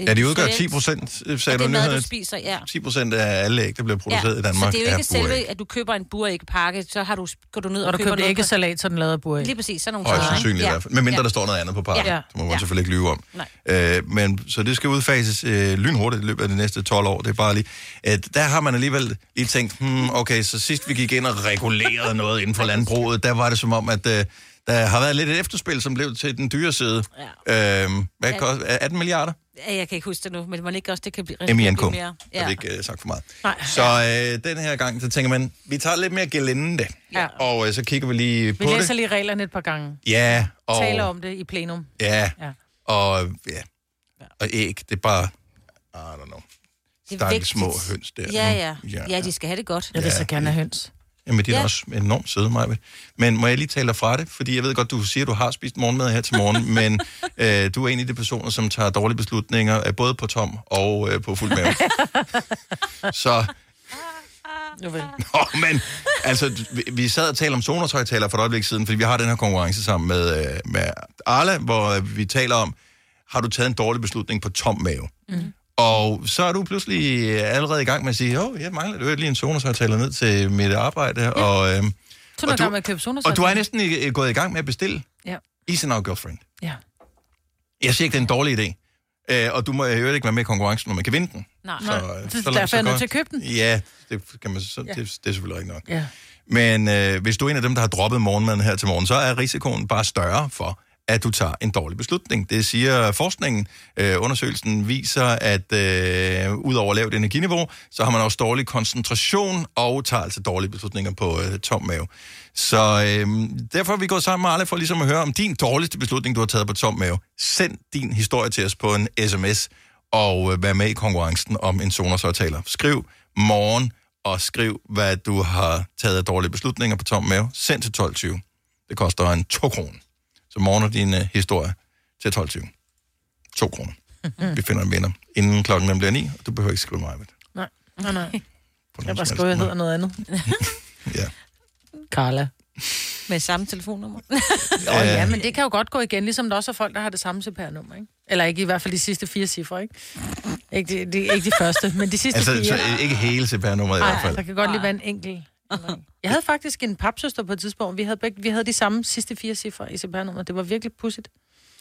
[SPEAKER 1] Ja, de udgør
[SPEAKER 3] salt.
[SPEAKER 1] 10 procent, øh, sagde
[SPEAKER 3] Af
[SPEAKER 1] du
[SPEAKER 3] det mad,
[SPEAKER 1] nyhederne.
[SPEAKER 3] du spiser, ja.
[SPEAKER 1] 10 procent af alle æg, der bliver produceret i
[SPEAKER 3] Så
[SPEAKER 1] Danmark,
[SPEAKER 3] det er jo ikke
[SPEAKER 1] buræg.
[SPEAKER 3] selve, at du køber en burægpakke, så har du, går du ned og,
[SPEAKER 2] Og du
[SPEAKER 3] køber
[SPEAKER 2] købte
[SPEAKER 3] noget
[SPEAKER 2] ikke
[SPEAKER 3] på-
[SPEAKER 2] salat, så den lavede buræg.
[SPEAKER 3] Lige præcis, sådan nogle
[SPEAKER 1] Højst
[SPEAKER 3] sager, ikke?
[SPEAKER 1] sandsynligt i
[SPEAKER 3] Ja.
[SPEAKER 1] hvert fald. Men mindre
[SPEAKER 3] Ja.
[SPEAKER 1] der står noget andet på pakken.
[SPEAKER 3] Ja.
[SPEAKER 1] Det må man
[SPEAKER 3] Ja.
[SPEAKER 1] selvfølgelig ikke lyve om. Øh, men, så det skal udfases øh, lynhurtigt i løbet af de næste 12 år. Det er bare lige, at der har man alligevel lige tænkt, hmm, okay, så sidst vi gik ind og regulerede noget inden for landbruget, der var det som om, at øh, der har været lidt et efterspil, som blev til den dyre side. Ja. Øh, hvad
[SPEAKER 3] Ja.
[SPEAKER 1] kost, 18 milliarder?
[SPEAKER 3] Ja, jeg kan ikke huske det nu, men man ikke også, det kan blive
[SPEAKER 1] MINK.
[SPEAKER 3] blive
[SPEAKER 1] Ja.
[SPEAKER 3] mere.
[SPEAKER 1] Jeg
[SPEAKER 3] Ja.
[SPEAKER 1] vil ikke øh, sagt for meget.
[SPEAKER 3] Nej.
[SPEAKER 1] Så øh, den her gang, så tænker man, vi tager lidt mere gelinde,
[SPEAKER 2] Ja.
[SPEAKER 1] og øh, så kigger vi lige
[SPEAKER 2] Vi
[SPEAKER 1] på
[SPEAKER 2] læser
[SPEAKER 1] det.
[SPEAKER 2] lige reglerne et par gange.
[SPEAKER 1] Ja, og...
[SPEAKER 2] Og... Taler om det i plenum.
[SPEAKER 1] Ja.
[SPEAKER 2] Ja.
[SPEAKER 1] ja. Og, ja. og æg, det er bare, I don't know,
[SPEAKER 3] Det er
[SPEAKER 1] stakkels
[SPEAKER 3] vigtigt.
[SPEAKER 1] små høns der.
[SPEAKER 3] Ja, ja,
[SPEAKER 1] Ja,
[SPEAKER 3] ja. Ja, de skal have det godt.
[SPEAKER 1] Jeg vil så
[SPEAKER 2] gerne have høns.
[SPEAKER 1] Jamen, de er ja.
[SPEAKER 3] Ja.
[SPEAKER 1] også enormt søde, Maja. Men må jeg lige tale dig fra det? Fordi jeg ved godt, du siger, at du har spist morgenmad her til morgen, men øh, du er en af de personer, som tager dårlige beslutninger, øh, både på tom og øh, på fuld mave. så
[SPEAKER 2] Jo vel.
[SPEAKER 1] Nå, men altså, vi, vi sad og talte om zonertøjtaler for et øjeblik siden, fordi vi har den her konkurrence sammen med, øh, med Arla, hvor øh, vi taler om, har du taget en dårlig beslutning på tom mave?
[SPEAKER 8] Mhm.
[SPEAKER 1] Mm. Og så er du pludselig øh, allerede i gang med at sige, åh, jeg mangler det lige en zonertøjtaler ned til mit arbejde, ja. og, øh,
[SPEAKER 2] Så er
[SPEAKER 1] og,
[SPEAKER 2] man i gang
[SPEAKER 1] du,
[SPEAKER 2] med at købe zoner.
[SPEAKER 1] og du er næsten i, øh, gået i gang med at bestille
[SPEAKER 2] Ja.
[SPEAKER 1] Is and Our Girlfriend.
[SPEAKER 2] Ja.
[SPEAKER 1] Jeg siger ikke, det er en dårlig idé. Øh, og du må i øvrigt ikke være med i konkurrencen, når man kan vinde den.
[SPEAKER 2] Nej.
[SPEAKER 1] Så, øh,
[SPEAKER 2] Så,
[SPEAKER 1] så langt,
[SPEAKER 2] derfor er
[SPEAKER 1] så
[SPEAKER 2] jeg nødt
[SPEAKER 1] godt.
[SPEAKER 2] til at købe den.
[SPEAKER 1] Ja, det, kan man, så,
[SPEAKER 2] Ja.
[SPEAKER 1] det, det er selvfølgelig ikke nok.
[SPEAKER 2] Ja.
[SPEAKER 1] Men øh, hvis du er en af dem, der har droppet morgenmaden her til morgen, så er risikoen bare større for, at du tager en dårlig beslutning. Det siger forskningen. Øh, undersøgelsen viser, at øh, udover lavt energiniveau, så har man også dårlig koncentration og tager altså dårlige beslutninger på øh, tom mave. Så øh, derfor er vi gået sammen med Arle for ligesom at høre om din dårligste beslutning, du har taget på tom mave. Send din historie til os på en sms og øh, vær med i konkurrencen om en Sonos-højtaler. Skriv morgen og skriv, hvad du har taget af dårlige beslutninger på tom mave. Send til 12.20. Det koster en 2 kroner. Så morgen din øh, historie til 12.20. 2 kroner. Vi finder en vinder, inden klokken den bliver 9, og du behøver ikke skrive mig. ved det.
[SPEAKER 2] Nej, nej, nej. Jeg bare
[SPEAKER 1] helst
[SPEAKER 2] skriver, jeg
[SPEAKER 1] måde.
[SPEAKER 2] hedder noget andet.
[SPEAKER 1] Ja.
[SPEAKER 2] Carla.
[SPEAKER 3] Med samme telefonnummer.
[SPEAKER 2] Åh oh,
[SPEAKER 1] Øh.
[SPEAKER 2] ja, men det kan jo godt gå igen, ligesom der også er folk, der har det samme CPR-nummer, ikke? Eller ikke i hvert fald de sidste fire cifre, ikke? Ikke de, de, ikke de første, men de sidste
[SPEAKER 1] Altså,
[SPEAKER 2] fire.
[SPEAKER 1] så, øh, ikke hele CPR-nummeret i hvert
[SPEAKER 2] Ej, der
[SPEAKER 1] fald.
[SPEAKER 2] kan godt lige være en enkelt. Jeg havde faktisk en papsøster på et tidspunkt. Vi havde, begge, vi havde de samme sidste fire cifre i CPR-nummeret. Det var virkelig pudsigt.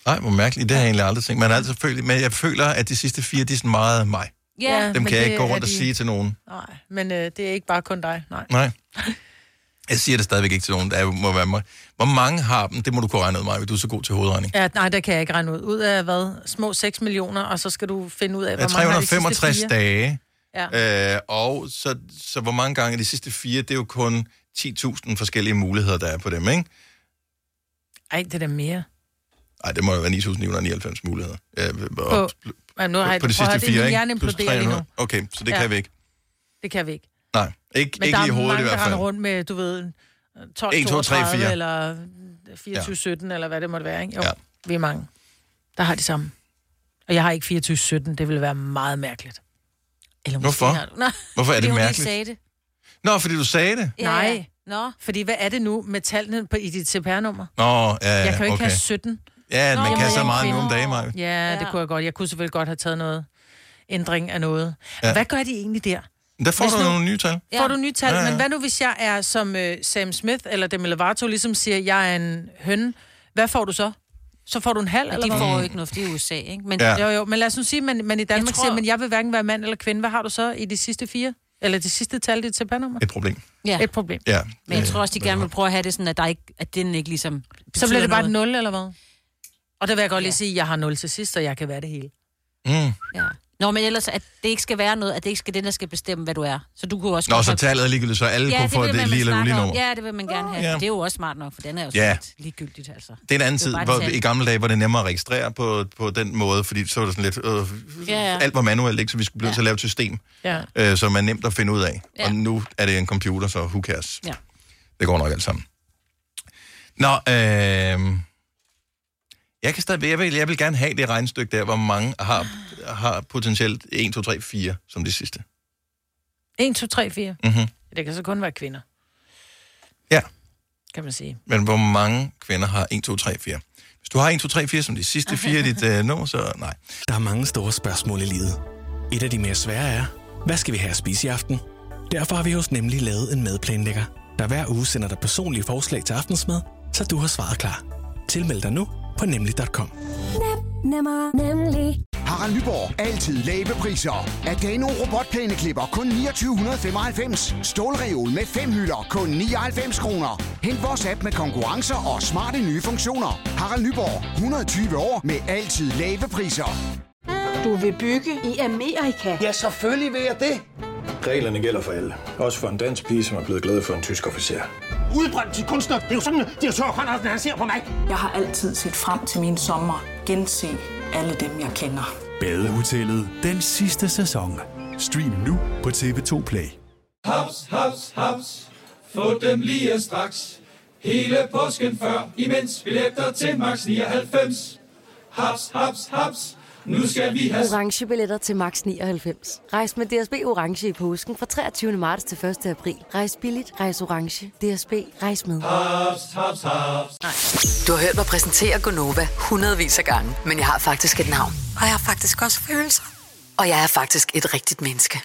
[SPEAKER 1] Nej, hvor mærkeligt. Det har jeg egentlig aldrig tænkt. Men, altså, følt- men jeg føler, at de sidste fire, de er sådan meget mig.
[SPEAKER 2] Ja,
[SPEAKER 1] Dem
[SPEAKER 2] men
[SPEAKER 1] kan jeg
[SPEAKER 2] det
[SPEAKER 1] ikke gå rundt
[SPEAKER 2] er
[SPEAKER 1] og
[SPEAKER 2] de-
[SPEAKER 1] sige til nogen.
[SPEAKER 2] Nej, men øh, det er ikke bare kun dig. Nej.
[SPEAKER 1] Nej. Jeg siger det stadigvæk ikke til nogen, der må være mig. Hvor mange har dem? Det må du kunne regne ud, Maja, du er så god til hovedregning.
[SPEAKER 2] Ja, nej, der kan jeg ikke regne ud. Ud af hvad? Små 6 millioner, og så skal du finde ud af,
[SPEAKER 1] Ja,
[SPEAKER 2] hvor mange har de sidste
[SPEAKER 1] 365
[SPEAKER 2] fire.
[SPEAKER 1] dage.
[SPEAKER 2] Ja.
[SPEAKER 1] Ja. Øh, og så, så hvor mange gange de sidste fire, det er jo kun 10.000 forskellige muligheder, der er på dem, ikke?
[SPEAKER 2] Ej, det er da mere.
[SPEAKER 1] Nej, det må jo være 9.999 muligheder. øh, Ja, og,
[SPEAKER 2] På, ja, nu har jeg,
[SPEAKER 1] på de
[SPEAKER 2] prøv at
[SPEAKER 1] sidste
[SPEAKER 2] høre, det er
[SPEAKER 1] fire,
[SPEAKER 2] min
[SPEAKER 1] ikke?
[SPEAKER 2] hjerne
[SPEAKER 1] Plus
[SPEAKER 2] imploderer lige nu.
[SPEAKER 1] 300. Okay, så det
[SPEAKER 2] Ja.
[SPEAKER 1] kan vi ikke.
[SPEAKER 2] Det kan vi ikke.
[SPEAKER 1] Nej, ikke,
[SPEAKER 2] Men
[SPEAKER 1] ikke
[SPEAKER 2] der
[SPEAKER 1] i
[SPEAKER 2] er
[SPEAKER 1] hovedet i
[SPEAKER 2] mange,
[SPEAKER 1] hvert
[SPEAKER 2] der
[SPEAKER 1] fald.
[SPEAKER 2] render rundt med, du ved, 12,
[SPEAKER 1] 1, 2, 3, 4.
[SPEAKER 2] eller 24, 17, eller hvad det måtte være, ikke? Jo,
[SPEAKER 1] Ja.
[SPEAKER 2] ja. vi er mange, der har de samme. Og jeg har ikke 24, 17, det ville være meget mærkeligt. Eller måske
[SPEAKER 1] Hvorfor?
[SPEAKER 2] har du- Nå,
[SPEAKER 1] Hvorfor er
[SPEAKER 2] fordi
[SPEAKER 1] det
[SPEAKER 2] hun lige
[SPEAKER 1] mærkeligt?
[SPEAKER 2] sagde det.
[SPEAKER 1] Nå, fordi du sagde det?
[SPEAKER 2] Ja, Nej. Nå. Fordi hvad er det nu med tallene på, i dit CPR-nummer?
[SPEAKER 1] Nå, ja,
[SPEAKER 2] jeg kan jo ikke
[SPEAKER 1] okay.
[SPEAKER 2] have 17.
[SPEAKER 1] Ja, man
[SPEAKER 2] Nå,
[SPEAKER 1] kan
[SPEAKER 2] jeg
[SPEAKER 1] så
[SPEAKER 2] er
[SPEAKER 1] meget
[SPEAKER 2] kvinde.
[SPEAKER 1] nu om dagen, Maja.
[SPEAKER 2] Ja, ja, det kunne jeg godt. Jeg kunne selvfølgelig godt have taget noget ændring af noget.
[SPEAKER 1] Ja.
[SPEAKER 2] Ja. Hvad gør de egentlig der?
[SPEAKER 1] Der får
[SPEAKER 2] Hvis
[SPEAKER 1] du
[SPEAKER 2] nu-
[SPEAKER 1] nogle nye tal.
[SPEAKER 2] Ja. Får du nye tal,
[SPEAKER 1] Ja,
[SPEAKER 2] ja,
[SPEAKER 1] ja.
[SPEAKER 2] ja. men hvad nu hvis jeg er som øh, Sam Smith eller Demi Lovato ligesom siger, jeg er en høn. Hvad får du så? Så får du en halv,
[SPEAKER 3] Men
[SPEAKER 2] eller
[SPEAKER 3] de
[SPEAKER 2] hvad?
[SPEAKER 3] får jo ikke noget, for det er i USA, ikke? Men,
[SPEAKER 2] Ja. Jo, jo, men lad os nu sige, at man, man i Danmark
[SPEAKER 3] Jeg
[SPEAKER 2] tror...
[SPEAKER 3] tror-
[SPEAKER 2] siger, men jeg vil hverken være mand eller kvinde. Hvad har du så i de sidste fire? Eller de sidste tal, dit CPR-nummer?
[SPEAKER 1] Et problem.
[SPEAKER 3] Ja.
[SPEAKER 2] Et problem.
[SPEAKER 1] Ja. Mm.
[SPEAKER 3] Men jeg tror også, de gerne vil prøve at have det sådan, at, der ikke, at den ikke ligesom
[SPEAKER 2] Så bliver det bare et
[SPEAKER 3] noget.
[SPEAKER 2] nul, eller hvad? Og der vil jeg godt lige sige, at jeg har nul til sidst, og jeg kan være det hele.
[SPEAKER 1] Mm.
[SPEAKER 3] Ja. Nå, men ellers, at det ikke skal være noget, at det ikke skal den, der skal bestemme, hvad du er. Så du kunne også...
[SPEAKER 1] Nå,
[SPEAKER 3] godt
[SPEAKER 1] så
[SPEAKER 3] have-
[SPEAKER 1] tallet er ligegyldigt, så alle kunne
[SPEAKER 3] det
[SPEAKER 1] få
[SPEAKER 3] vil
[SPEAKER 1] det
[SPEAKER 3] man
[SPEAKER 1] lige eller
[SPEAKER 3] snakke
[SPEAKER 1] ulige
[SPEAKER 3] om.
[SPEAKER 1] nummer.
[SPEAKER 3] Ja, det vil man gerne have.
[SPEAKER 1] Ja.
[SPEAKER 3] Ja. Det er jo også smart nok, for den er jo
[SPEAKER 1] Ja.
[SPEAKER 3] ja. ligegyldigt, altså.
[SPEAKER 1] Det er en anden
[SPEAKER 3] Det er
[SPEAKER 1] tid,
[SPEAKER 3] jo bare
[SPEAKER 1] hvor
[SPEAKER 3] det
[SPEAKER 1] i gamle dage var det nemmere at registrere på, på den måde, fordi så var det sådan lidt, øh,
[SPEAKER 3] Ja, ja.
[SPEAKER 1] alt var manuelt, ikke? så vi skulle blive ja. til at lave et system,
[SPEAKER 2] Ja.
[SPEAKER 1] øh, som er nemt at finde ud af. Ja.
[SPEAKER 3] Ja.
[SPEAKER 1] Og nu er det en computer, så who cares?
[SPEAKER 3] Ja.
[SPEAKER 1] Det går nok alt sammen. Nå, øh, jeg, kan stadig, jeg, vil, jeg vil gerne have det regnestykke der, hvor mange har, har potentielt 1, 2, 3, 4 som det sidste.
[SPEAKER 2] 1, 2, 3, 4.
[SPEAKER 16] Mhm.
[SPEAKER 1] Mm-hmm.
[SPEAKER 2] Det kan så kun være kvinder.
[SPEAKER 1] Ja.
[SPEAKER 2] Kan man sige.
[SPEAKER 1] Men hvor mange kvinder har 1, 2, 3, 4? Hvis du har 1, 2, 3, 4 som de sidste fire i dit øh, nummer, så nej.
[SPEAKER 16] Der er mange store spørgsmål i livet. Et af de mere svære er, hvad skal vi have at spise i aften? Derfor har vi hos Nemlig lavet en madplanlægger, der hver uge sender dig personlige forslag til aftensmad, så du har svaret klar. Tilmeld dig nu på nemlig.com.
[SPEAKER 17] Nemmer, nemlig. Harald Nyborg. Altid lave priser. Adano robotplæneklipper kun 2995. Stålreol med fem hylder kun 99 kroner. Hent vores app med konkurrencer og smarte nye funktioner. Harald Nyborg. 120 år med altid lave priser.
[SPEAKER 5] Du vil bygge i Amerika? Ja, selvfølgelig vil jeg det.
[SPEAKER 19] Reglerne gælder for alle. Også for en dansk pige, som er blevet glad for en tysk officer.
[SPEAKER 18] Udbrændt til kunstner. Det er jo sådan, at de har tørt, Conradsen, han ser på mig. Jeg har altid set frem til min sommer. Gense alle dem, jeg kender.
[SPEAKER 20] Badehotellet den sidste sæson. Stream nu på TV2 Play.
[SPEAKER 8] Haps, haps, haps. Få dem lige straks. Hele påsken før, imens billetter til max 99. Haps, haps, haps. Nu skal vi have...
[SPEAKER 21] Orange billetter til max 99. Rejs med DSB Orange i påsken fra 23. marts til 1. april. Rejs billigt, rejs orange. DSB, rejs med.
[SPEAKER 8] Haps, haps, haps.
[SPEAKER 4] Du har hørt mig præsentere Gonova hundredvis af gange, men jeg har faktisk et navn.
[SPEAKER 7] Og jeg har faktisk også følelser.
[SPEAKER 4] Og jeg er faktisk et rigtigt menneske.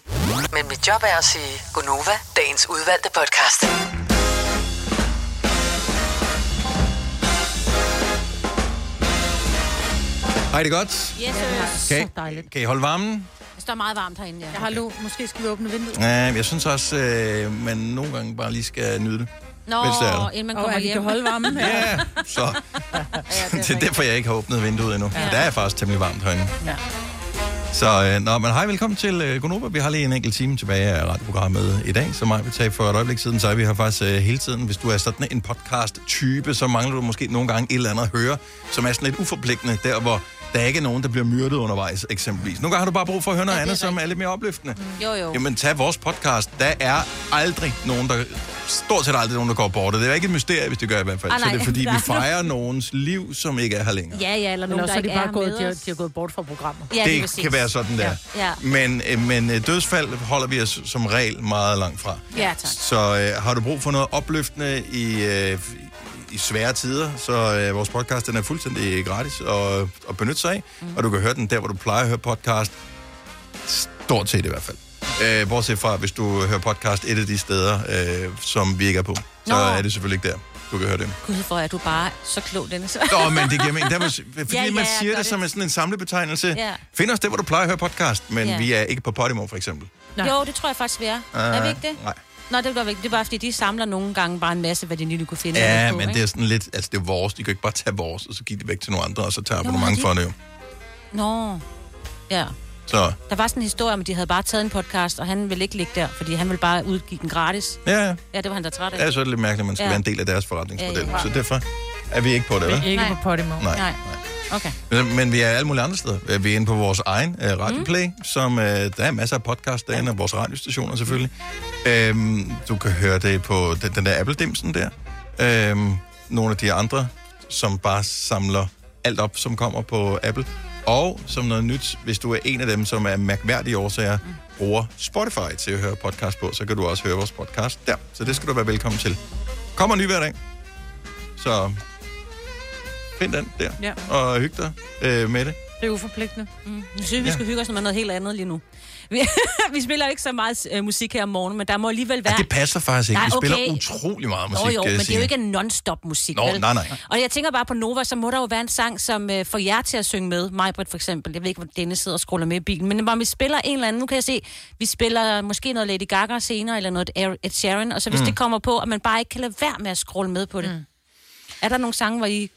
[SPEAKER 4] Men mit job er at sige Gonova, dagens udvalgte podcast.
[SPEAKER 1] Hej, det er godt.
[SPEAKER 3] Yes, yes.
[SPEAKER 1] Kan, kan I holde varmen?
[SPEAKER 3] Det står meget varmt herinde, ja. Jeg har
[SPEAKER 2] lu. Måske skal vi åbne vinduet.
[SPEAKER 1] Ja, men jeg synes også, øh, man nogle gange bare lige skal nyde det.
[SPEAKER 3] Nå,
[SPEAKER 1] mens det er der.
[SPEAKER 3] inden man
[SPEAKER 2] Og
[SPEAKER 3] kommer
[SPEAKER 2] at vi
[SPEAKER 3] hjem.
[SPEAKER 2] kan holde varmen her.
[SPEAKER 1] Ja. Så det er derfor, jeg ikke har åbnet vinduet endnu. Ja. Der er faktisk temmelig varmt herinde.
[SPEAKER 2] Ja.
[SPEAKER 1] Så øh, nå, men hej, velkommen til øh, Gonova. Vi har lige en enkelt time tilbage af radioprogrammet i dag, som mig vil tage for et øjeblik siden. Så er vi her faktisk øh, hele tiden. Hvis du er sådan en podcast-type, så mangler du måske nogle gange et eller andet at høre, som er sådan lidt uforpligtende, der hvor der ikke er nogen, der bliver myrdet undervejs, eksempelvis. Nogle gange har du bare brug for at høre noget ja, andet, som er Mm, lidt mere opløftende.
[SPEAKER 3] Jo, jo.
[SPEAKER 1] Jamen, tag vores podcast. Der er aldrig nogen, der... Stort set aldrig nogen, der går bort. Og det er ikke et mysterie, hvis det gør i hvert fald.
[SPEAKER 3] Ah,
[SPEAKER 1] så
[SPEAKER 3] nej.
[SPEAKER 1] det er, fordi
[SPEAKER 3] Der
[SPEAKER 1] vi
[SPEAKER 3] er nogen-
[SPEAKER 1] fejrer nogens liv, som ikke er her længere.
[SPEAKER 3] Ja, ja, eller nogen,
[SPEAKER 2] også
[SPEAKER 3] der
[SPEAKER 2] er de
[SPEAKER 3] ikke
[SPEAKER 2] bare
[SPEAKER 3] er
[SPEAKER 2] gået,
[SPEAKER 3] med
[SPEAKER 2] de har,
[SPEAKER 3] os.
[SPEAKER 2] de har gået bort fra programmet.
[SPEAKER 3] Ja, lige
[SPEAKER 1] det
[SPEAKER 3] præcis.
[SPEAKER 1] kan være sådan der.
[SPEAKER 3] Ja. Ja.
[SPEAKER 1] Men, øh, men øh, dødsfald holder vi os som regel meget langt fra.
[SPEAKER 3] Ja, tak.
[SPEAKER 1] Så øh, har du brug for noget opløftende i, øh, i svære tider, så øh, vores podcast den er fuldstændig gratis at, at benytte sig af. Mm. Og du kan høre den der, hvor du plejer at høre podcast. Stort set i hvert fald. Øh, bortset fra, hvis du hører podcast et af de steder, øh, som vi ikke er på. Så
[SPEAKER 3] Nå.
[SPEAKER 1] er det selvfølgelig ikke der, du kan høre det.
[SPEAKER 3] Gud, hvor er du bare så klog, Dennis.
[SPEAKER 1] Nå, men det giver mening. Der, var- fordi ja,
[SPEAKER 3] Ja,
[SPEAKER 1] ja,
[SPEAKER 3] ja,
[SPEAKER 1] man
[SPEAKER 3] jeg
[SPEAKER 1] siger
[SPEAKER 3] gør
[SPEAKER 1] det
[SPEAKER 3] det.
[SPEAKER 1] som en, sådan en samlebetegnelse.
[SPEAKER 3] Ja.
[SPEAKER 1] Ja. Find os der, hvor du plejer at høre podcast, men
[SPEAKER 3] Ja.
[SPEAKER 1] ja. vi er ikke på Podimo, for eksempel.
[SPEAKER 3] Jo, det tror jeg faktisk, vi er. er vi ikke det?
[SPEAKER 1] Øh, Nej.
[SPEAKER 3] Nå, det gør vi ikke. Det er bare, fordi de samler nogle gange bare en masse, hvad de lige kunne finde.
[SPEAKER 1] Ja,
[SPEAKER 3] på,
[SPEAKER 1] men
[SPEAKER 3] ikke?
[SPEAKER 1] det er sådan lidt, altså det er vores, de kan jo ikke bare tage vores, og så give det væk til nogle andre, og så tager
[SPEAKER 3] Nå,
[SPEAKER 1] abonnement
[SPEAKER 3] de-
[SPEAKER 1] for det jo.
[SPEAKER 3] Nå. Ja.
[SPEAKER 1] Så,
[SPEAKER 3] Der var sådan en historie om, at de havde bare taget en podcast, og han ville ikke ligge der, fordi han ville bare udgive den gratis.
[SPEAKER 1] ja, ja.
[SPEAKER 3] Ja, det var han da træt af.
[SPEAKER 1] ja, så er det lidt mærkeligt, at man skal
[SPEAKER 3] Ja.
[SPEAKER 1] være en del af deres forretningsmodel.
[SPEAKER 3] Ja, ja.
[SPEAKER 1] Så derfor er vi ikke på det,
[SPEAKER 2] Vi er
[SPEAKER 1] vel?
[SPEAKER 2] ikke på Podimo.
[SPEAKER 1] Nej.
[SPEAKER 3] Nej. Okay.
[SPEAKER 1] Men, men vi er alle mulige andre steder. Vi er inde på vores egen uh, radioplay, mm. som uh, der er masser af podcast derinde, og vores radiostationer selvfølgelig. Um, du kan høre det på den, den der Apple-dimsen der. Um, nogle af de andre, som bare samler alt op, som kommer på Apple. Og som noget nyt, hvis du er en af dem, som er mærkværdige årsager, mm. bruger Spotify til at høre podcast på, så kan du også høre vores podcast der. Så det skal du være velkommen til. Kommer ny hver dag. Så find den der
[SPEAKER 2] Ja.
[SPEAKER 1] og hygge dig øh, med det.
[SPEAKER 2] Det er uforpligtende.
[SPEAKER 3] Mm. Jeg synes, vi
[SPEAKER 1] Ja.
[SPEAKER 3] skal hygge os med noget helt andet lige nu. Vi, vi spiller jo ikke så meget øh, musik her om morgenen, men der må alligevel være...
[SPEAKER 1] Det passer faktisk ikke.
[SPEAKER 3] Nej,
[SPEAKER 1] Nej, okay. Vi
[SPEAKER 3] okay.
[SPEAKER 1] spiller utrolig meget musik.
[SPEAKER 3] Nå jo,
[SPEAKER 1] kan jeg
[SPEAKER 3] men det er jo
[SPEAKER 1] sige.
[SPEAKER 3] ikke en non-stop musik,
[SPEAKER 1] Nå,
[SPEAKER 3] vel?
[SPEAKER 1] nej, nej.
[SPEAKER 3] Og jeg tænker bare på Nova, så må der jo være en sang, som øh, får jer til at synge med. Majbrit for eksempel. Jeg ved ikke, hvor Dennis sidder og scroller med i bilen. Men om vi spiller en eller anden, nu kan jeg se, vi spiller måske noget Lady Gaga senere, eller noget Air- Ed Sheeran, og så hvis
[SPEAKER 1] Mm. Mhm.
[SPEAKER 3] mm. det kommer på, at man bare ikke kan lade være med at scrolle med på det. Mm. Er der nogle sange, hvor I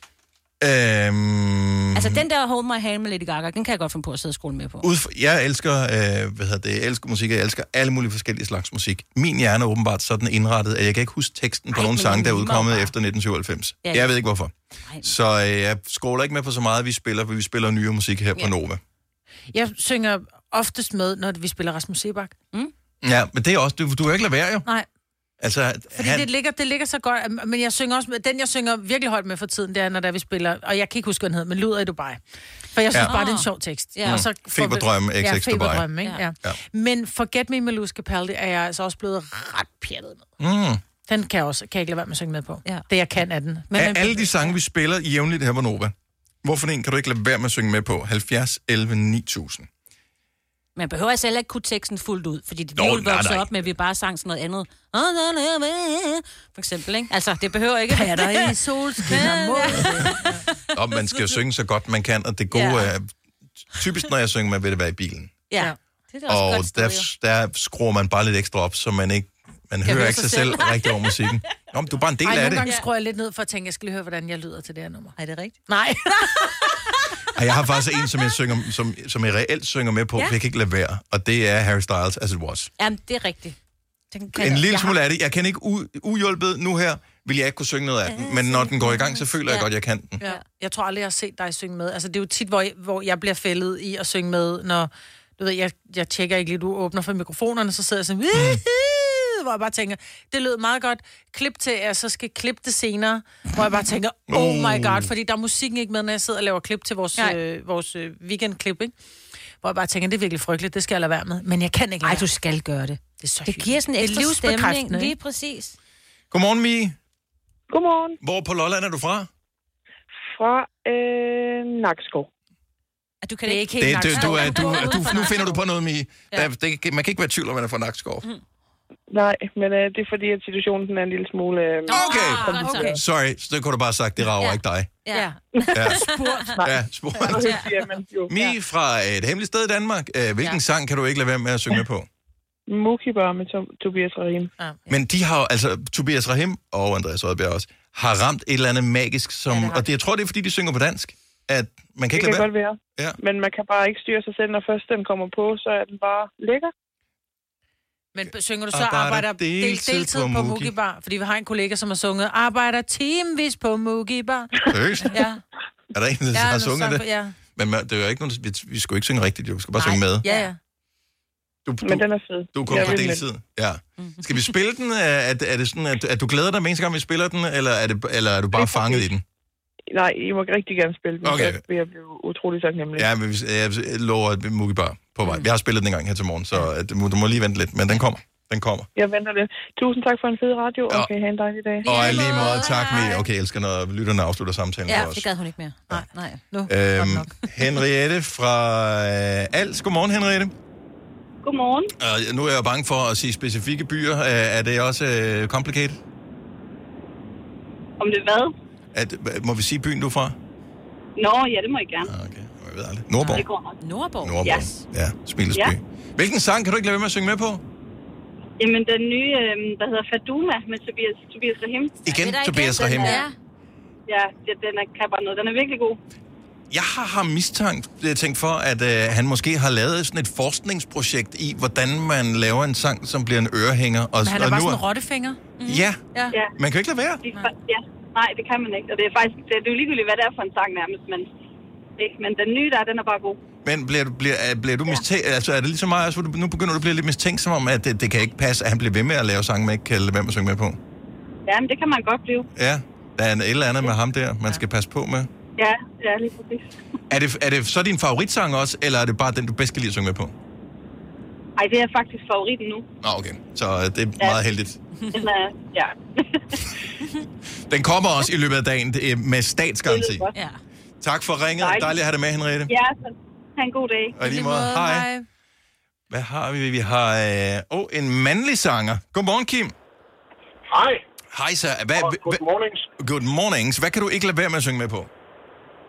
[SPEAKER 1] Øhm,
[SPEAKER 3] Altså, den der Hold My Hand med Lady Gaga, den kan jeg godt finde på at sidde og skole med på.
[SPEAKER 1] ud fra, jeg elsker, øh, hvad hedder det, jeg elsker musik, og jeg elsker alle mulige forskellige slags musik. Min hjerne er åbenbart sådan indrettet, at jeg kan ikke huske teksten på
[SPEAKER 3] Ej,
[SPEAKER 1] nogen
[SPEAKER 3] men
[SPEAKER 1] sang, der er
[SPEAKER 3] lige meget
[SPEAKER 1] udkommet
[SPEAKER 3] bare.
[SPEAKER 1] efter 1997.
[SPEAKER 3] Ja,
[SPEAKER 1] Ja,
[SPEAKER 3] ja.
[SPEAKER 1] Jeg ved ikke hvorfor. Så øh, jeg scroller ikke med på så meget, vi spiller, for vi spiller nyere musik her på
[SPEAKER 2] Ja.
[SPEAKER 1] Nova.
[SPEAKER 2] Jeg synger oftest med, når vi spiller Rasmus Sebak. Mm?
[SPEAKER 1] Ja, men det er også, du, du kan ikke lade være jo.
[SPEAKER 2] Nej,
[SPEAKER 1] Altså,
[SPEAKER 2] fordi
[SPEAKER 1] han,
[SPEAKER 2] det, ligger, det ligger så godt. at- Men jeg synger også med, den, jeg synger virkelig højt med for tiden, det er, når der vi spiller, og jeg kan ikke huske, hvad den hedder, men Luder i Dubai. For jeg synes
[SPEAKER 1] Ja. Ah.
[SPEAKER 2] ja. bare, det er en sjov tekst.
[SPEAKER 1] Ja. Mm. Feberdrømme,
[SPEAKER 2] ja,
[SPEAKER 1] XX Dubai.
[SPEAKER 2] feberdrømme, ikke?
[SPEAKER 1] Ja.
[SPEAKER 2] Ja. ja. Men Forget Me med Louis Capaldi er jeg altså også blevet ret pjattet med.
[SPEAKER 1] mm.
[SPEAKER 2] Den kan jeg også, kan jeg ikke lade være med at synge med på. Ja. Det jeg kan af den. Men,
[SPEAKER 1] Af alle de sange, vi spiller jævnligt her på Nova, hvorfor en kan du ikke lade være med at synge med på? 70, 11, 9000.
[SPEAKER 3] Man behøver altså heller ikke kunne teksten fuldt ud, fordi det
[SPEAKER 1] Nå,
[SPEAKER 3] blev
[SPEAKER 1] nej,
[SPEAKER 3] vokset
[SPEAKER 1] nej.
[SPEAKER 3] op med, at vi bare sang sådan noget andet. For eksempel, ikke? Altså, det behøver ikke...
[SPEAKER 2] Patter i solskin og
[SPEAKER 1] Og man skal jo synge så godt, man kan, og det gode
[SPEAKER 3] Ja.
[SPEAKER 1] er... Typisk, når jeg synger med, vil det være i bilen.
[SPEAKER 3] Ja. Det er da også
[SPEAKER 1] Og
[SPEAKER 3] godt sted,
[SPEAKER 1] der,
[SPEAKER 3] jo.
[SPEAKER 1] der skruer man bare lidt ekstra op, så man ikke man
[SPEAKER 3] hører
[SPEAKER 1] hører ikke sig
[SPEAKER 3] sig
[SPEAKER 1] selv
[SPEAKER 3] selv.
[SPEAKER 1] rigtig over musikken. Nå, men du er bare en del
[SPEAKER 2] Ej,
[SPEAKER 1] af
[SPEAKER 2] nogle
[SPEAKER 1] det.
[SPEAKER 2] gange skruer jeg lidt ned for at tænke, jeg skal lige høre, hvordan jeg lyder til det her nummer.
[SPEAKER 3] Er det rigtigt?
[SPEAKER 2] Nej.
[SPEAKER 1] Og jeg har faktisk en, som jeg, synger, som, som jeg reelt synger med på,
[SPEAKER 3] Ja.
[SPEAKER 1] ja. for jeg kan ikke lade være, og det er Harry Styles, As It Was.
[SPEAKER 3] Jamen, det er rigtigt. Den kan
[SPEAKER 1] En
[SPEAKER 3] jeg-
[SPEAKER 1] lille
[SPEAKER 3] jeg
[SPEAKER 1] smule
[SPEAKER 3] har-
[SPEAKER 1] af det. Jeg kan ikke u- uhjulpet nu her, vil jeg ikke kunne synge noget af den, men når den går i gang, så føler jeg godt, jeg kan den.
[SPEAKER 2] Ja. Jeg tror aldrig, jeg har set dig synge med. Altså, det er jo tit, hvor jeg, hvor jeg bliver fældet i at synge med, når... Du ved, jeg, jeg tjekker ikke lige, du åbner for mikrofonerne, så sidder jeg sådan... Mm. Hvor jeg bare tænker, det lød meget godt. Klip til, at jeg så skal klippe det senere. Hvor jeg bare tænker, oh my god, fordi der er musikken ikke med, når jeg sidder og laver klip til vores, øh, vores øh, weekendklip, ikke? Hvor jeg bare tænker, det er virkelig frygteligt, det skal jeg lade være med. Men jeg kan ikke
[SPEAKER 3] Ej, du skal gøre det.
[SPEAKER 2] Det, er så
[SPEAKER 3] Det giver sådan en
[SPEAKER 2] hyggeligt.
[SPEAKER 3] ekstra stemning.
[SPEAKER 2] livsbekræftende,
[SPEAKER 3] Lige
[SPEAKER 2] ikke?
[SPEAKER 3] præcis.
[SPEAKER 1] Godmorgen, Mie.
[SPEAKER 22] Godmorgen.
[SPEAKER 1] Hvor på Lolland er du fra?
[SPEAKER 22] Fra øh, Nakskov.
[SPEAKER 3] Du kan det ikke
[SPEAKER 1] Det, det, du, er, du, du, nu finder du på noget, Mie. Der, det, man kan ikke være i tvivl om, at man er fra Nakskov.
[SPEAKER 22] Nej, men øh, det er fordi, at situationen den er en lille smule... Øh,
[SPEAKER 1] okay. Sorry, Ah, så det kunne du bare have sagt, det rager ikke dig.
[SPEAKER 22] Ja.
[SPEAKER 1] Ja.
[SPEAKER 22] Spurgt.
[SPEAKER 1] Ja, spurgt. Mie fra et hemmeligt sted i Danmark. Øh, Hvilken sang kan du ikke lade være med at synge med på?
[SPEAKER 22] Mookie Bar med Tom, Tobias Rahim.
[SPEAKER 1] Men de har jo- altså Tobias Rahim og Andreas Rødberg også, har ramt et eller andet magisk, som, ja, og det, jeg tror, det er, fordi de synger på dansk, at man kan
[SPEAKER 22] det
[SPEAKER 1] ikke
[SPEAKER 22] kan
[SPEAKER 1] lade være.
[SPEAKER 22] godt være.
[SPEAKER 1] Ja.
[SPEAKER 22] Men man kan bare ikke styre sig selv, når først den kommer på, så er den bare lækker.
[SPEAKER 2] Men synger du så
[SPEAKER 22] Arbejder
[SPEAKER 2] arbejder del,
[SPEAKER 22] deltid
[SPEAKER 2] deltid
[SPEAKER 22] på
[SPEAKER 2] på
[SPEAKER 22] Mugi.
[SPEAKER 2] Mugi Bar? Fordi vi har en kollega, som har sunget, arbejder timevis på Mugi Bar.
[SPEAKER 1] Seriøst?
[SPEAKER 2] Ja.
[SPEAKER 1] Er der en, der
[SPEAKER 2] Ja,
[SPEAKER 1] har
[SPEAKER 2] nu
[SPEAKER 1] sunget
[SPEAKER 2] sang-
[SPEAKER 1] det?
[SPEAKER 2] ja.
[SPEAKER 1] Men man, det er jo ikke nogen, vi, vi skulle ikke synge rigtigt, jo. vi skulle bare synge med.
[SPEAKER 2] Ja, ja.
[SPEAKER 1] Du, du,
[SPEAKER 22] Men den er fed.
[SPEAKER 1] du er kun
[SPEAKER 22] Jeg
[SPEAKER 1] på
[SPEAKER 22] vil med
[SPEAKER 1] deltid. Ja. Skal vi spille den? Er, er det- er det sådan, at, at du glæder dig, hver eneste gang vi spiller den, eller er, det, eller er du bare fanget i den?
[SPEAKER 22] den. Nej, I må rigtig gerne spille den,
[SPEAKER 1] Okay.
[SPEAKER 22] okay. så vil jeg blive utrolig taknemmelig.
[SPEAKER 1] Ja, men vi- jeg lover, at Mugi Bar på
[SPEAKER 22] Mm.
[SPEAKER 1] vej. Vi har spillet den en gang her til morgen, så at, du må- du må lige vente lidt, men den kommer. Den kommer.
[SPEAKER 22] Jeg venter lidt. Tusind tak for en fed radio, og kan I have en dejlig dag.
[SPEAKER 1] Og i lige måde, tak med. Okay, jeg elsker, når lytterne afslutter samtalen
[SPEAKER 22] Ja,
[SPEAKER 1] for os.
[SPEAKER 22] det
[SPEAKER 3] gad hun ikke mere. Nej, nej. Nu.
[SPEAKER 1] Øhm, Henriette fra øh, Als. Godmorgen, Henriette.
[SPEAKER 10] Godmorgen.
[SPEAKER 1] Og nu er jeg jo bange for at sige specifikke byer. Øh, Er det også øh, complicated?
[SPEAKER 10] Om det er hvad?
[SPEAKER 1] At, øh, må vi sige byen, du er fra?
[SPEAKER 10] Nå, ja, det må I gerne.
[SPEAKER 1] Okay, jeg ved aldrig. Nordborg.
[SPEAKER 10] Det går nok. Nordborg?
[SPEAKER 1] Nordborg.
[SPEAKER 10] Ja.
[SPEAKER 1] Ja, Smilesby.
[SPEAKER 10] ja.
[SPEAKER 1] Ja. Hvilken sang kan du ikke lade være med at synge med på?
[SPEAKER 10] Jamen, den nye, øh, der hedder Faduma med Tobias, Tobias Rahim.
[SPEAKER 1] Igen det er der Tobias igen, den Rahim.
[SPEAKER 10] Ja,
[SPEAKER 1] er-
[SPEAKER 10] ja det, den er, kan bare noget. Den er virkelig god.
[SPEAKER 1] Jeg har ham mistankt, øh, tænkt for, at øh, han måske har lavet sådan et forskningsprojekt i, hvordan man laver en sang, som bliver en ørehænger. Og,
[SPEAKER 2] Men han er
[SPEAKER 1] og
[SPEAKER 2] bare
[SPEAKER 1] nu
[SPEAKER 2] sådan en rottefinger. Mm.
[SPEAKER 1] Ja.
[SPEAKER 10] ja.
[SPEAKER 1] Man kan jo ikke lade være.
[SPEAKER 10] Det, ja. Nej, det kan man ikke. Og det er faktisk, det, det er jo ligegyldigt, hvad det er for en sang nærmest, men, ikke? men den nye der, den er bare god.
[SPEAKER 1] Men bliver, du- bliver, er- bliver du mistænkt? Altså, er det ligesom mig, altså, hvor du, nu begynder du at blive lidt mistænkt, som om, at øh, det, det kan ikke passe, at han bliver ved med at lave sange, man ikke kan lade være med at synge med på?
[SPEAKER 10] Ja, men det kan man godt blive.
[SPEAKER 1] Ja, der er en, et eller andet med ham der, man skal passe på med.
[SPEAKER 10] Ja, ja, lige præcis.
[SPEAKER 1] Er det, er det så din favoritsang også, eller er det bare den, du bedst kan lide at synge med på?
[SPEAKER 10] Ej, det er faktisk favoritten nu.
[SPEAKER 1] Nå, okay. Så øh, det er
[SPEAKER 10] Ja.
[SPEAKER 1] meget heldigt.
[SPEAKER 10] Den er, ja.
[SPEAKER 1] Den kommer også i løbet af dagen det er med statsgaranti.
[SPEAKER 10] Ja.
[SPEAKER 1] Tak for ringet.
[SPEAKER 10] Dejligt.
[SPEAKER 1] Dejligt at have dig med, Henriette.
[SPEAKER 10] Ja, så ha' en god dag.
[SPEAKER 1] Og i lige måde. Hej. Hvad har vi? Vi har øh, oh, en mandlig sanger. Godmorgen, Kim.
[SPEAKER 23] Hej.
[SPEAKER 1] Hej, så. Hvad, good
[SPEAKER 23] mornings.
[SPEAKER 1] Good mornings. Hvad kan du ikke lade være med at synge med på?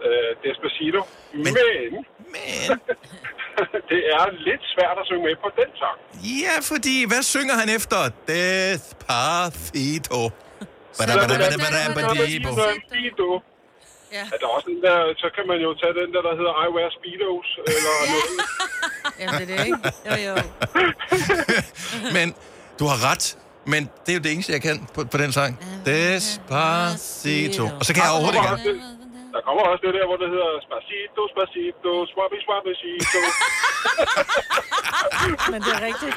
[SPEAKER 23] Øh, Despacito. Men, men,
[SPEAKER 1] men.
[SPEAKER 23] det er lidt svært at synge med på den sang.
[SPEAKER 1] Ja, fordi hvad synger han efter? Despacito. Bada, bada, bada, bada, bada, bada, bada.
[SPEAKER 23] Despacito.
[SPEAKER 2] Ja.
[SPEAKER 23] At der er også den der, så kan man jo tage den der, der hedder I wear speedos, eller noget.
[SPEAKER 2] Jamen, det er det, ikke? Jo, jo.
[SPEAKER 1] Men du har ret. Men det er jo det eneste, jeg kan på, på den sang. Despacito. Og så kan jeg overhovedet ikke.
[SPEAKER 23] ikke. Der kommer også det der, hvor det hedder Spacito, Spacito, Swabi, Swabicito.
[SPEAKER 2] Men det er rigtigt.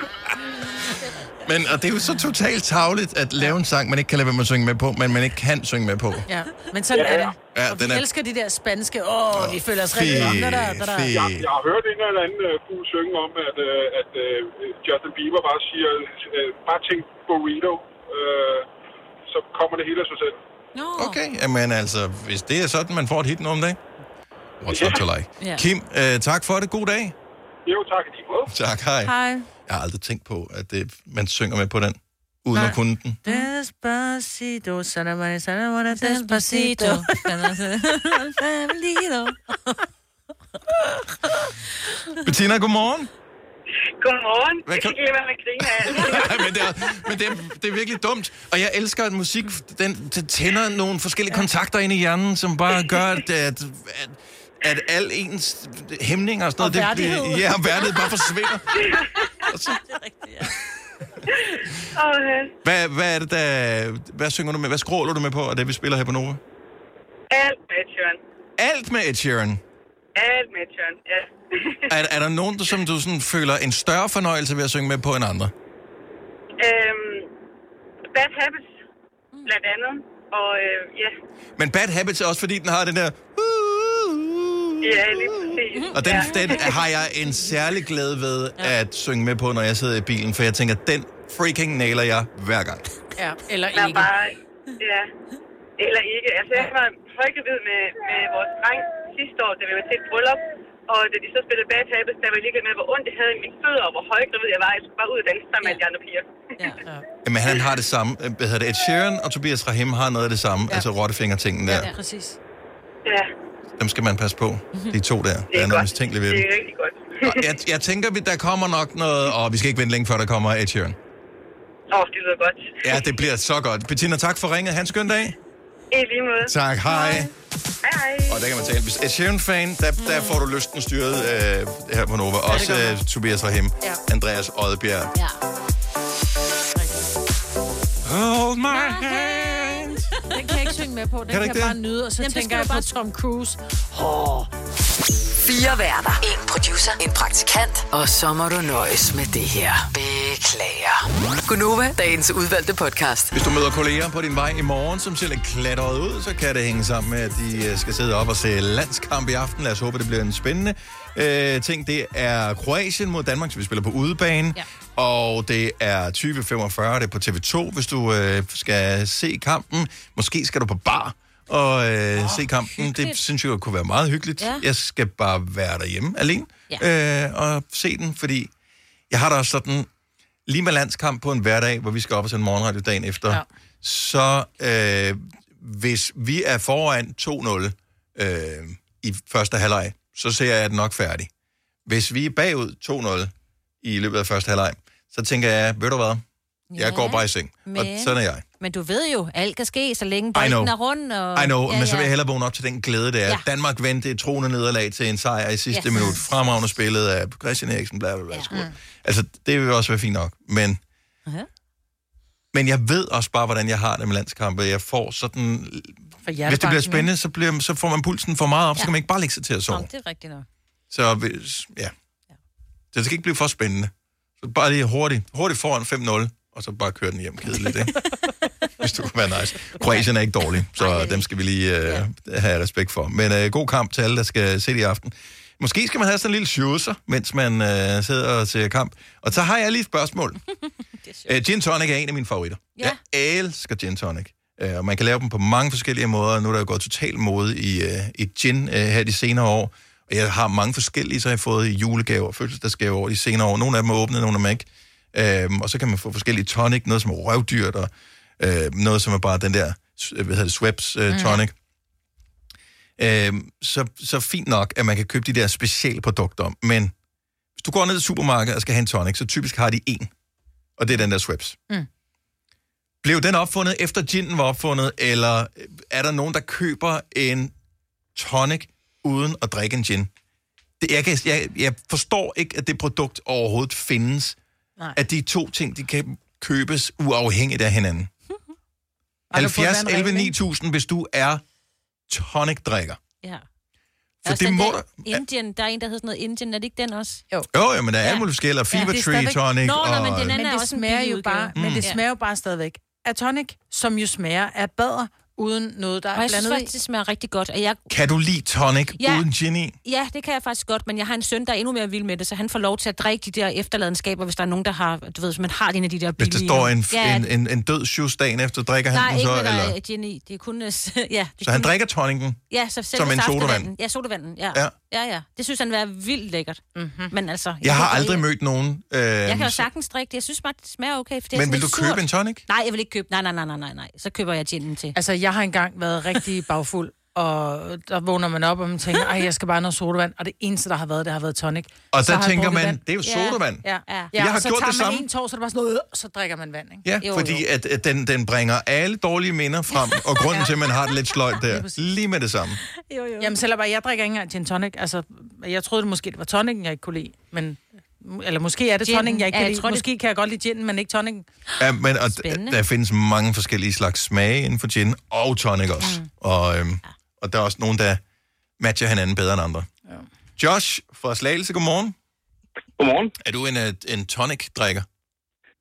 [SPEAKER 1] Men og det er jo så totalt tavligt at lave en sang, man ikke kan lade være med at synge med på, men man ikke kan synge med på.
[SPEAKER 2] Ja, men sådan
[SPEAKER 1] Ja,
[SPEAKER 2] er
[SPEAKER 1] ja.
[SPEAKER 2] det.
[SPEAKER 1] Ja,
[SPEAKER 2] og
[SPEAKER 1] den
[SPEAKER 2] vi
[SPEAKER 1] er-
[SPEAKER 2] elsker de der spanske, åh, oh, vi føler os rigtig
[SPEAKER 1] fie,
[SPEAKER 2] om, da, da, da, da.
[SPEAKER 1] fie.
[SPEAKER 23] Jeg, jeg har hørt en eller anden uh, fugl synge om, at, uh, at uh, Justin Bieber bare siger, uh, bare tænk burrito, uh, så kommer det hele af sig selv.
[SPEAKER 1] Okay, jamen altså, hvis det er sådan, man får et hit nu om dagen. What's not to like?
[SPEAKER 23] Ja.
[SPEAKER 1] Kim, øh, tak for det. God dag.
[SPEAKER 23] Jo, tak i lige måde.
[SPEAKER 1] Tak, hej.
[SPEAKER 2] Hej.
[SPEAKER 1] Jeg har aldrig tænkt på, at det, man synger med på den, uden Nej. at kunne den.
[SPEAKER 2] Despacito, sanamani, sanamani, despacito.
[SPEAKER 1] Bettina, godmorgen.
[SPEAKER 6] Godmorgen.
[SPEAKER 1] Hvad
[SPEAKER 6] Hvad kan... Jeg kan
[SPEAKER 1] kan-
[SPEAKER 6] ikke lade være med at grine af.
[SPEAKER 1] Nej, men det er, men det, er, det er virkelig dumt. Og jeg elsker, at musik den, den tænder nogle forskellige kontakter ind i hjernen, som bare gør, at, at, at, at al ens hæmninger og sådan
[SPEAKER 6] Og
[SPEAKER 1] noget... det,
[SPEAKER 6] værdighed.
[SPEAKER 1] bliver- ja, og værdighed bare forsvinder.
[SPEAKER 6] Og, øh,
[SPEAKER 1] Hvad, hvad er det, der... Hvad synger du med? Hvad skråler du med på, og det vi spiller her på Nova?
[SPEAKER 6] alt med Ed Sheeran.
[SPEAKER 1] Alt med Ed Sheeran.
[SPEAKER 6] Alt med Ed Sheeran, ja.
[SPEAKER 1] Er, er der nogen, der, som du sådan føler en større fornøjelse ved at synge med på end andre?
[SPEAKER 6] øhm, Bad Habits, blandt andet. Og øh, ja,
[SPEAKER 1] Men Bad Habits er også, fordi den har den der...
[SPEAKER 6] ja, lige præcis.
[SPEAKER 1] Og den,
[SPEAKER 6] ja.
[SPEAKER 1] ja. den har jeg en særlig glæde ved at synge med på, når jeg sidder i bilen, for jeg tænker, den freaking nailer jeg hver gang.
[SPEAKER 2] Ja, eller
[SPEAKER 6] Der er Bare, ja, eller ikke. Altså, jeg var folkevid med, med vores dreng sidste år, da vi var til et bryllup. Og da de så spillede Bad Habits, der var jeg ligeglad med, hvor ondt det havde i mine fødder, og hvor højgravid jeg var. Jeg skulle bare ud og danse sammen med alle de andre piger.
[SPEAKER 1] Men han har det samme. Øh, Hvad hedder det? Ed Sheeran og Tobias Rahim har noget af det samme. Ja. Altså rottefingertingen der. Ja.
[SPEAKER 2] præcis.
[SPEAKER 6] Ja,
[SPEAKER 1] Dem skal man passe på. De to der. Det er, er noget mistænkeligt ved
[SPEAKER 6] det
[SPEAKER 1] dem.
[SPEAKER 6] er rigtig godt.
[SPEAKER 1] Og Jeg, jeg tænker, at der kommer nok noget... Og vi skal ikke vente længe, før der kommer Ed Sheeran.
[SPEAKER 6] Åh, oh, det lyder godt.
[SPEAKER 1] Ja, det bliver så godt. Bettina, tak for ringet. Han skøn dag.
[SPEAKER 6] I lige måde.
[SPEAKER 1] Tak, hej.
[SPEAKER 6] Hej, hej.
[SPEAKER 1] Og der kan man tale. Hvis Ed Sheeran-fan, der, der får du lysten styret øh, her på Nova.
[SPEAKER 6] det
[SPEAKER 1] Også
[SPEAKER 6] gør
[SPEAKER 1] øh, Tobias Rahim, ja. Andreas Oddbjerg.
[SPEAKER 6] Ja.
[SPEAKER 1] Hold my hand.
[SPEAKER 2] Den kan jeg ikke synge med på. Den
[SPEAKER 1] Kan du
[SPEAKER 2] kan,
[SPEAKER 1] ikke
[SPEAKER 2] jeg bare
[SPEAKER 1] det?
[SPEAKER 2] nyde, og så
[SPEAKER 4] Jamen, det
[SPEAKER 2] tænker
[SPEAKER 4] skal
[SPEAKER 2] jeg
[SPEAKER 4] du
[SPEAKER 2] på
[SPEAKER 4] bare-
[SPEAKER 2] Tom Cruise.
[SPEAKER 4] Fire værter. En producer. En praktikant. Og så må du nøjes med det her. Beklager. Gunova, dagens udvalgte podcast.
[SPEAKER 1] Hvis du møder kolleger på din vej i morgen, som ser lidt klatret ud, så kan det hænge sammen med, at de øh, skal sidde op og se landskamp i aften. Lad os håbe, det bliver en spændende øh, ting. Det er Kroatien mod Danmark, så vi spiller på udebane. Ja. Og det er 20.45, det er på TV2, hvis du øh, skal se kampen. Måske skal du på bar og øh, oh, se kampen. Det synes jeg kunne være meget hyggeligt.
[SPEAKER 9] Ja.
[SPEAKER 1] Jeg skal bare være derhjemme alene ja. øh, og se den, fordi jeg har da også sådan, lige med landskamp på en hverdag, hvor vi skal op og sende morgenradio dagen efter, ja. så øh, hvis vi er foran 2-0 øh, i første halvleg, så ser jeg den nok færdig. Hvis vi er bagud 2-0 i løbet af første halvleg, så tænker jeg, ved du hvad, jeg
[SPEAKER 3] Ja,
[SPEAKER 1] går bare i seng. Og
[SPEAKER 3] men-
[SPEAKER 1] sådan er jeg.
[SPEAKER 3] Men du ved jo, alt kan ske, så længe
[SPEAKER 1] I know.
[SPEAKER 3] bolden er rund. Og...
[SPEAKER 1] I know,
[SPEAKER 3] ja,
[SPEAKER 1] ja, men så
[SPEAKER 3] ja.
[SPEAKER 1] vil jeg hellere vågne op til den glæde, der er. Ja.
[SPEAKER 3] Ja.
[SPEAKER 1] Danmark vendte et troende nederlag til en sejr i sidste
[SPEAKER 3] Yes.
[SPEAKER 1] yes. minut. Fremragende spillet af Christian Eriksen, bla bla bla. Ja. Altså, det vil også være fint nok, men... Men jeg ved også bare, hvordan jeg har det med landskampe. Jeg får sådan...
[SPEAKER 2] For
[SPEAKER 1] Hvis det bliver spændende, så, bliver, så får man pulsen for meget op, ja. så kan man ikke bare lægge sig til at sove.
[SPEAKER 3] Jamen, det er rigtigt nok.
[SPEAKER 1] Så hvis, ja. Så det skal ikke blive for spændende. Så bare lige hurtigt, hurtigt foran 5-0, og så bare køre den hjem kedeligt, ikke? Hvis det kunne være nice. Kroatien er ikke dårlig, så dem skal vi lige øh, have respekt for. Men øh, god kamp til alle, der skal se det i aften. Måske skal man have sådan en lille schusser, mens man øh, sidder og ser kamp. Og så har jeg lige et spørgsmål. Øh, gin tonic er en af mine favoritter. Ja. Jeg elsker gin tonic. Øh, og man kan lave dem på mange forskellige måder. Nu er der jo gået total mode i, øh, i gin øh, her de senere år. Og jeg har mange forskellige, så har jeg fået i julegaver og fødselsdagsgaver over de senere år. Nogle af dem er åbne, nogle af dem er ikke. Øh, og så kan man få forskellige tonic, noget som er røvdyrt, og øh, noget som er bare den der, øh, hvad hedder det, Schweppes øh,
[SPEAKER 11] Mm.
[SPEAKER 1] tonic. Øh, så, så fint nok, at man kan købe de der specialprodukter, men hvis du går ned i supermarkedet og skal have en tonic, så typisk har de en, og det er den der Schweppes.
[SPEAKER 2] Mm.
[SPEAKER 1] Blev den opfundet efter ginen var opfundet, eller er der nogen, der køber en tonic uden at drikke en gin. Det, jeg, kan, jeg, jeg forstår ikke, at det produkt overhovedet findes.
[SPEAKER 2] Nej.
[SPEAKER 1] At de to ting, de kan købes uafhængigt af hinanden. 70, 11, 9000, hvis du er tonic-drikker.
[SPEAKER 3] Ja. Altså,
[SPEAKER 1] For det må der...
[SPEAKER 3] Indien, der er en, der hedder sådan noget Indian, er det ikke den også? Jo.
[SPEAKER 1] Jo, jo, men der er alle mulige forskellige. og Fever Tree Tonic.
[SPEAKER 3] Nå,
[SPEAKER 1] og...
[SPEAKER 3] nå, men den
[SPEAKER 2] Men
[SPEAKER 3] anden er
[SPEAKER 2] det
[SPEAKER 3] også en
[SPEAKER 2] smager
[SPEAKER 3] billig
[SPEAKER 2] jo
[SPEAKER 3] udgave.
[SPEAKER 2] bare, mm. men
[SPEAKER 1] Mm.
[SPEAKER 2] det
[SPEAKER 1] Ja.
[SPEAKER 2] smager jo bare stadigvæk af tonic, som jo smager af bader, uden noget, der
[SPEAKER 3] Og
[SPEAKER 2] er
[SPEAKER 3] jeg synes
[SPEAKER 2] blandet
[SPEAKER 3] faktisk, det smager rigtig godt. Og jeg,
[SPEAKER 1] Kan du lide tonic
[SPEAKER 3] Ja.
[SPEAKER 1] ja. uden gin i?
[SPEAKER 3] ja, det kan jeg faktisk godt, men jeg har en søn, der er endnu mere vild med det, så han får lov til at drikke de der efterladenskaber, hvis der er nogen, der har, du ved, hvis man har en af de der
[SPEAKER 1] Hvis
[SPEAKER 3] billige.
[SPEAKER 1] der står en,
[SPEAKER 3] ja,
[SPEAKER 1] ja. en, en, en død shoes dagen efter, drikker
[SPEAKER 3] der
[SPEAKER 1] han
[SPEAKER 3] er
[SPEAKER 1] den
[SPEAKER 3] ikke
[SPEAKER 1] så?
[SPEAKER 3] noget, der
[SPEAKER 1] Eller...
[SPEAKER 3] er gin i. Det er kun... øh, s- ja, det er
[SPEAKER 1] Så han
[SPEAKER 3] kun-
[SPEAKER 1] drikker tonicen?
[SPEAKER 3] Ja, så selv
[SPEAKER 1] som en sodavand?
[SPEAKER 3] Ja, sodavanden, ja.
[SPEAKER 1] Ja.
[SPEAKER 3] ja. Ja, ja. Det synes han er vildt lækkert. Mm-hmm. Men altså...
[SPEAKER 1] Jeg har
[SPEAKER 3] kan
[SPEAKER 1] aldrig
[SPEAKER 3] ikke-
[SPEAKER 1] mødt nogen... Øh,
[SPEAKER 3] Jeg kan jo sagtens drikke det. Jeg synes bare, det smager okay. For det er
[SPEAKER 1] Men
[SPEAKER 3] sådan
[SPEAKER 1] vil du
[SPEAKER 3] lidt
[SPEAKER 1] købe
[SPEAKER 3] surt.
[SPEAKER 1] en tonic?
[SPEAKER 3] Nej, jeg vil ikke købe. Nej, nej, nej, nej, nej, nej. Så køber jeg ginen til.
[SPEAKER 2] Altså, jeg har engang været rigtig bagfuld, og der vågner man op, og man tænker, ej, jeg skal bare have noget sodavand, og det eneste, der har været, det har været tonic.
[SPEAKER 1] Og
[SPEAKER 2] Så
[SPEAKER 1] der
[SPEAKER 2] har jeg
[SPEAKER 1] tænker
[SPEAKER 2] drukket
[SPEAKER 1] man,
[SPEAKER 2] vand.
[SPEAKER 1] det er jo sodavand.
[SPEAKER 2] Ja, ja. ja.
[SPEAKER 1] Jeg har
[SPEAKER 2] og så
[SPEAKER 1] gjort
[SPEAKER 2] tager
[SPEAKER 1] det
[SPEAKER 2] man
[SPEAKER 1] samme.
[SPEAKER 2] en tår, så er det bare sådan noget, øh, og så drikker man vand, ikke?
[SPEAKER 1] Ja, jo, fordi At, at den, den bringer alle dårlige minder frem, og grunden til, at man har det lidt sløjt der, lige med det samme.
[SPEAKER 2] Jo, jo. Jamen, selvom jeg drikker ikke engang gin tonic, altså, jeg troede det måske, det var tonic, jeg ikke kunne lide, men... Eller måske er det
[SPEAKER 3] Ginen.
[SPEAKER 2] tonic, jeg ikke
[SPEAKER 3] Ja,
[SPEAKER 2] kan
[SPEAKER 3] jeg
[SPEAKER 2] lide.
[SPEAKER 3] tror, det-
[SPEAKER 2] Måske kan jeg godt lide gin, men ikke tonic.
[SPEAKER 1] Ja, men og d-
[SPEAKER 2] Spændende.
[SPEAKER 1] der findes mange forskellige slags smage inden for gin og tonic også. Mm. Og, øhm, og der er også nogen, der matcher hinanden bedre end andre. Ja. Josh fra Slagelse, godmorgen.
[SPEAKER 9] Godmorgen.
[SPEAKER 1] Er du en, øh, en tonic-drikker?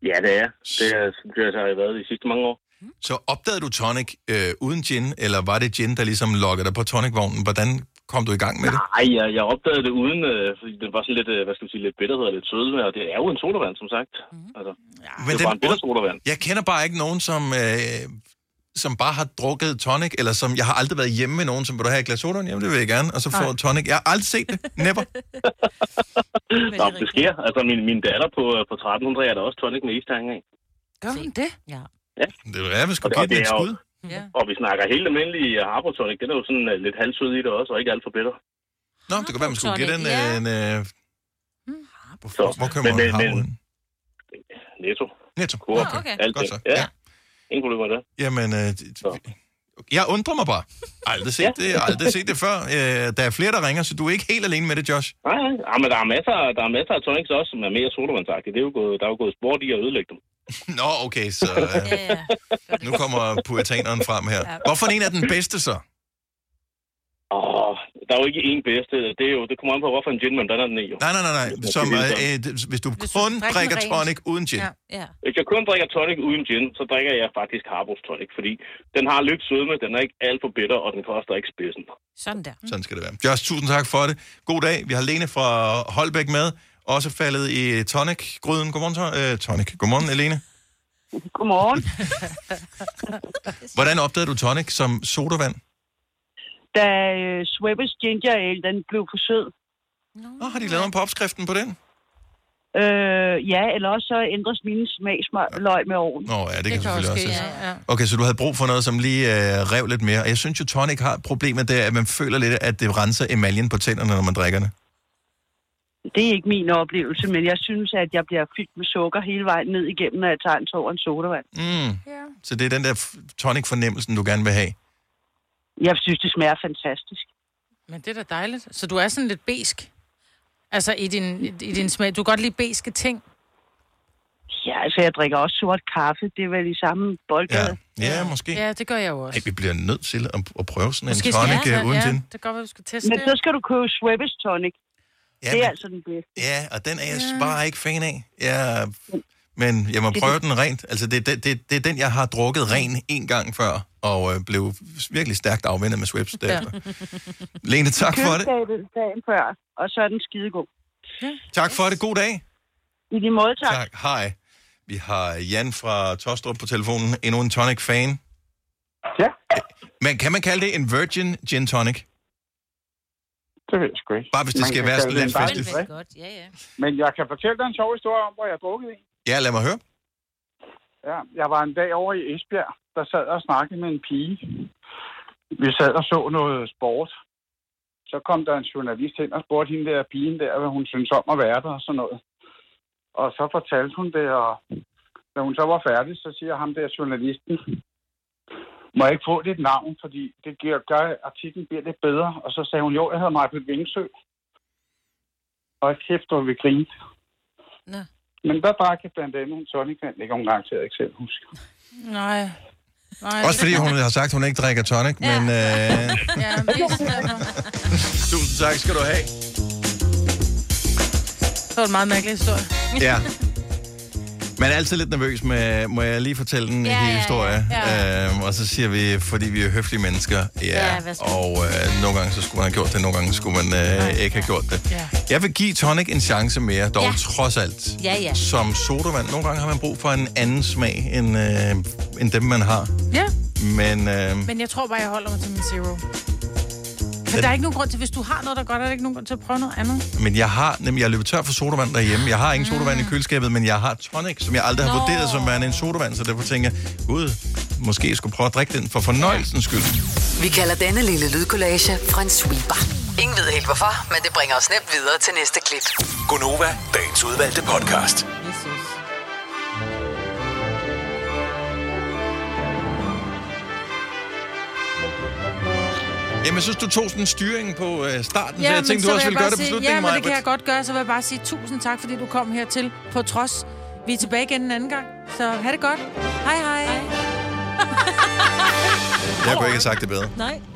[SPEAKER 9] Ja, det er. Det er, synes jeg, så har jeg været de sidste mange år.
[SPEAKER 1] Så opdagede du tonic øh, uden gin, eller var det gin, der ligesom lokkede dig på tonicvognen? Hvordan kom du i gang med det?
[SPEAKER 9] Ej, jeg, jeg opdagede det uden, øh, fordi den var sådan lidt, øh, hvad skal man sige, lidt bitterhed og lidt sødme, og det er jo en sodavand, som sagt. Mm. Altså,
[SPEAKER 1] Men
[SPEAKER 9] det er
[SPEAKER 1] den-
[SPEAKER 9] bare en bitter sodavand.
[SPEAKER 1] Jeg kender bare ikke nogen, som, øh, som bare har drukket tonic, eller som, jeg har aldrig været hjemme med nogen, som, vil du have et glas soda? Jamen, det vil jeg gerne, og så får
[SPEAKER 9] Nej.
[SPEAKER 1] jeg tonic. Jeg har aldrig set det, never.
[SPEAKER 9] Nå, det sker. Altså, min, min datter på, øh, på 13, hun drikker da også tonic med istangen af.
[SPEAKER 2] Gør hun det? Ja.
[SPEAKER 9] Ja.
[SPEAKER 1] Det er, vi skulle
[SPEAKER 9] give
[SPEAKER 1] den et skud.
[SPEAKER 2] Ja.
[SPEAKER 9] Og vi snakker helt almindelig øh, Harbour tonic. Den er jo sådan øh, lidt halvsød i det også, og ikke alt for bitter.
[SPEAKER 1] Nå, det kunne være, man skulle give den øh,
[SPEAKER 9] Tonic, Mm.
[SPEAKER 1] en... Øh,
[SPEAKER 9] Så,
[SPEAKER 1] hvor køber man havregryn?
[SPEAKER 9] Netto.
[SPEAKER 1] Netto.
[SPEAKER 9] Coop.
[SPEAKER 1] Nå, okay.
[SPEAKER 9] Alt
[SPEAKER 1] Godt
[SPEAKER 9] det.
[SPEAKER 1] så.
[SPEAKER 9] Ja. Ingen problemer med det.
[SPEAKER 1] Jamen, øh, d- jeg undrer mig bare. Aldrig set
[SPEAKER 9] Ja.
[SPEAKER 1] det, jeg har aldrig set det før. Øh, der er flere, der ringer, så du er ikke helt alene med det, Josh.
[SPEAKER 9] Nej, nej. Ja, men der er masser, der er masser af tonics også, som er mere sodavandsagtige. Det er jo gået, der er jo gået sport i at ødelægge dem.
[SPEAKER 1] Nå, okay, så øh, nu kommer puritaneren frem her. Hvorfor en er den bedste så?
[SPEAKER 9] Åh, der er jo ikke én bedste. Det, er jo, det kommer an på, hvorfor en gin man blander den i. Jo.
[SPEAKER 1] Nej, nej, nej, nej. Som, øh, øh, d- hvis du kun drikker tonic uden gin.
[SPEAKER 9] ja. Hvis jeg kun drikker tonic uden gin, så drikker jeg faktisk Harbos tonic, fordi den har lidt sødme, den er ikke alt for bitter, og den koster ikke spidsen.
[SPEAKER 3] Sådan der.
[SPEAKER 1] Sådan skal det være. Josh, tusind tak for det. God dag. Vi har Lene fra Holbæk med. Også faldet i tonic-gryden. Godmorgen, to- øh, tonic. Godmorgen, Alene.
[SPEAKER 11] Godmorgen.
[SPEAKER 1] Hvordan opdagede du tonic som sodavand?
[SPEAKER 11] Da øh, Sweppes ginger ale, den blev for sød.
[SPEAKER 1] Nå, har de lavet en på opskriften på den?
[SPEAKER 11] Øh, ja, eller også så ændres mine smagsløg med åren.
[SPEAKER 1] Nå, ja, det, det kan,
[SPEAKER 11] kan
[SPEAKER 1] selvfølgelig
[SPEAKER 11] også
[SPEAKER 1] også.
[SPEAKER 11] ske,
[SPEAKER 1] også.
[SPEAKER 11] ja, ja.
[SPEAKER 1] Okay, så du havde brug for noget, som lige øh, rev lidt mere. Og jeg synes jo, tonic har problemet der, at man føler lidt, at det renser emaljen på tænderne, når man drikker det.
[SPEAKER 11] Det er ikke min oplevelse, men jeg synes, at jeg bliver fyldt med sukker hele vejen ned igennem, når jeg tager en tår og en sodavand.
[SPEAKER 1] Mm. Yeah. Så det er den der f- tonic-fornemmelsen, du gerne vil have.
[SPEAKER 11] Jeg synes, det smager fantastisk.
[SPEAKER 2] Men det er da dejligt. Så du er sådan lidt besk. Altså i din, i din smag. Du kan godt lide beske ting.
[SPEAKER 11] Ja, altså jeg drikker også sort kaffe. Det er vel i samme boldgade.
[SPEAKER 1] Ja, ja måske.
[SPEAKER 2] Ja, det gør jeg jo også.
[SPEAKER 1] Ej, vi bliver nødt til at, at prøve sådan
[SPEAKER 11] Måske skal
[SPEAKER 1] en tonic
[SPEAKER 11] vi-
[SPEAKER 1] ja, uden
[SPEAKER 11] ja.
[SPEAKER 1] ja. gin.
[SPEAKER 2] Det kan godt være, du skal teste
[SPEAKER 11] Men
[SPEAKER 2] det.
[SPEAKER 11] så skal du købe Sweppes tonic.
[SPEAKER 1] Ja,
[SPEAKER 11] det er
[SPEAKER 1] men-
[SPEAKER 11] altså den bedste.
[SPEAKER 1] Ja, og den er jeg ja. bare ikke fan af. Jeg, men jeg må prøve den rent. Altså, det, det, det, det er den, jeg har drukket ren en gang før, og øh, blev virkelig stærkt afvendet med Swips derefter. Lene, tak for det.
[SPEAKER 11] Køleskabet dagen før, og så er den skidegod.
[SPEAKER 1] Tak for det. God dag.
[SPEAKER 11] I lige måde, tak.
[SPEAKER 1] Tak. Hej. Vi har Jan fra Tostrup på telefonen. Endnu en tonic-fan.
[SPEAKER 12] Ja.
[SPEAKER 1] Men kan man kalde det en virgin gin tonic?
[SPEAKER 12] Det ved jeg sgu ikke.
[SPEAKER 1] Bare hvis det
[SPEAKER 12] Man
[SPEAKER 1] skal
[SPEAKER 12] kan
[SPEAKER 1] være
[SPEAKER 12] kalde
[SPEAKER 1] sådan
[SPEAKER 12] det
[SPEAKER 1] lidt
[SPEAKER 12] en dejlig
[SPEAKER 1] festivt.
[SPEAKER 12] drink.
[SPEAKER 3] Godt, ja, ja.
[SPEAKER 12] Men jeg kan fortælle dig en sjov historie om, hvor jeg drukkede en.
[SPEAKER 1] Ja, lad mig høre.
[SPEAKER 12] Ja, jeg var en dag over i Esbjerg, der sad og snakkede med en pige. Vi sad og så noget sport. Så kom der en journalist hen og spurgte hende der pigen der, hvad hun synes om at være der og sådan noget. Og så fortalte hun det, og da hun så var færdig, så siger ham der journalisten, Må jeg ikke få dit navn, fordi det gør, gør at artiklen bliver lidt bedre. Og så sagde hun, jo, jeg hedder Majbrit Vingsø. Og jeg kæft, hvor vi grine.
[SPEAKER 2] Nå.
[SPEAKER 12] Men der drak jeg blandt andet en tonicvand, ikke om garanteret ikke selv huske.
[SPEAKER 2] Nej. Nej.
[SPEAKER 1] Også fordi hun har sagt, at hun ikke drikker tonic, ja. men... Øh,
[SPEAKER 2] Ja, mest derfor.
[SPEAKER 1] tusind tak skal du have.
[SPEAKER 2] det var en meget mærkelig historie.
[SPEAKER 1] Ja. Man er altid lidt nervøs med, må jeg lige fortælle en
[SPEAKER 2] Ja,
[SPEAKER 1] ja,
[SPEAKER 2] ja, ja.
[SPEAKER 1] historie?
[SPEAKER 2] Ja.
[SPEAKER 1] Øhm, og så siger vi, fordi vi er høflige mennesker. Ja,
[SPEAKER 2] Ja, hvad skal man-
[SPEAKER 1] og øh, nogle gange så skulle man have gjort det, nogle gange skulle man øh, ikke have gjort det.
[SPEAKER 3] Ja.
[SPEAKER 1] Jeg vil give tonic en chance mere, dog ja. trods alt.
[SPEAKER 3] Ja, ja.
[SPEAKER 1] Som sodavand, nogle gange har man brug for en anden smag, end, øh, end dem man har.
[SPEAKER 2] Ja,
[SPEAKER 1] Men øh,
[SPEAKER 2] men jeg tror bare, jeg holder mig til min zero. Men der er ikke nogen grund til, hvis du har noget, der er godt, er der ikke nogen grund til at prøve noget andet.
[SPEAKER 1] Men jeg har, nemlig jeg løber tør for sodavand derhjemme. Jeg har ingen sodavand i køleskabet, men jeg har tonic, som jeg aldrig har
[SPEAKER 2] Ah. Nå.
[SPEAKER 1] vurderet som værende en sodavand, så derfor tænker jeg, gud, måske jeg skulle prøve at drikke den for fornøjelsens skyld.
[SPEAKER 4] Vi kalder denne lille lydkollage en sweeper. Ingen ved helt hvorfor, men det bringer os nemt videre til næste klip.
[SPEAKER 16] Gonova, dagens udvalgte podcast.
[SPEAKER 1] Jamen, jeg synes, du tog sådan en styring på øh, starten, ja, så jeg
[SPEAKER 2] men
[SPEAKER 1] tænkte, du
[SPEAKER 2] vil
[SPEAKER 1] også
[SPEAKER 2] jeg
[SPEAKER 1] ville
[SPEAKER 2] bare
[SPEAKER 1] gøre det på
[SPEAKER 2] sige,
[SPEAKER 1] slutningen,
[SPEAKER 2] Ja, men det
[SPEAKER 1] Maj-Brit.
[SPEAKER 2] kan jeg godt gøre, så vil jeg bare sige tusind tak, fordi du kom hertil på trods. Vi er tilbage igen en anden gang, så ha' det godt. Hej hej. hej.
[SPEAKER 1] Jeg kunne ikke have sagt det bedre.
[SPEAKER 2] Nej.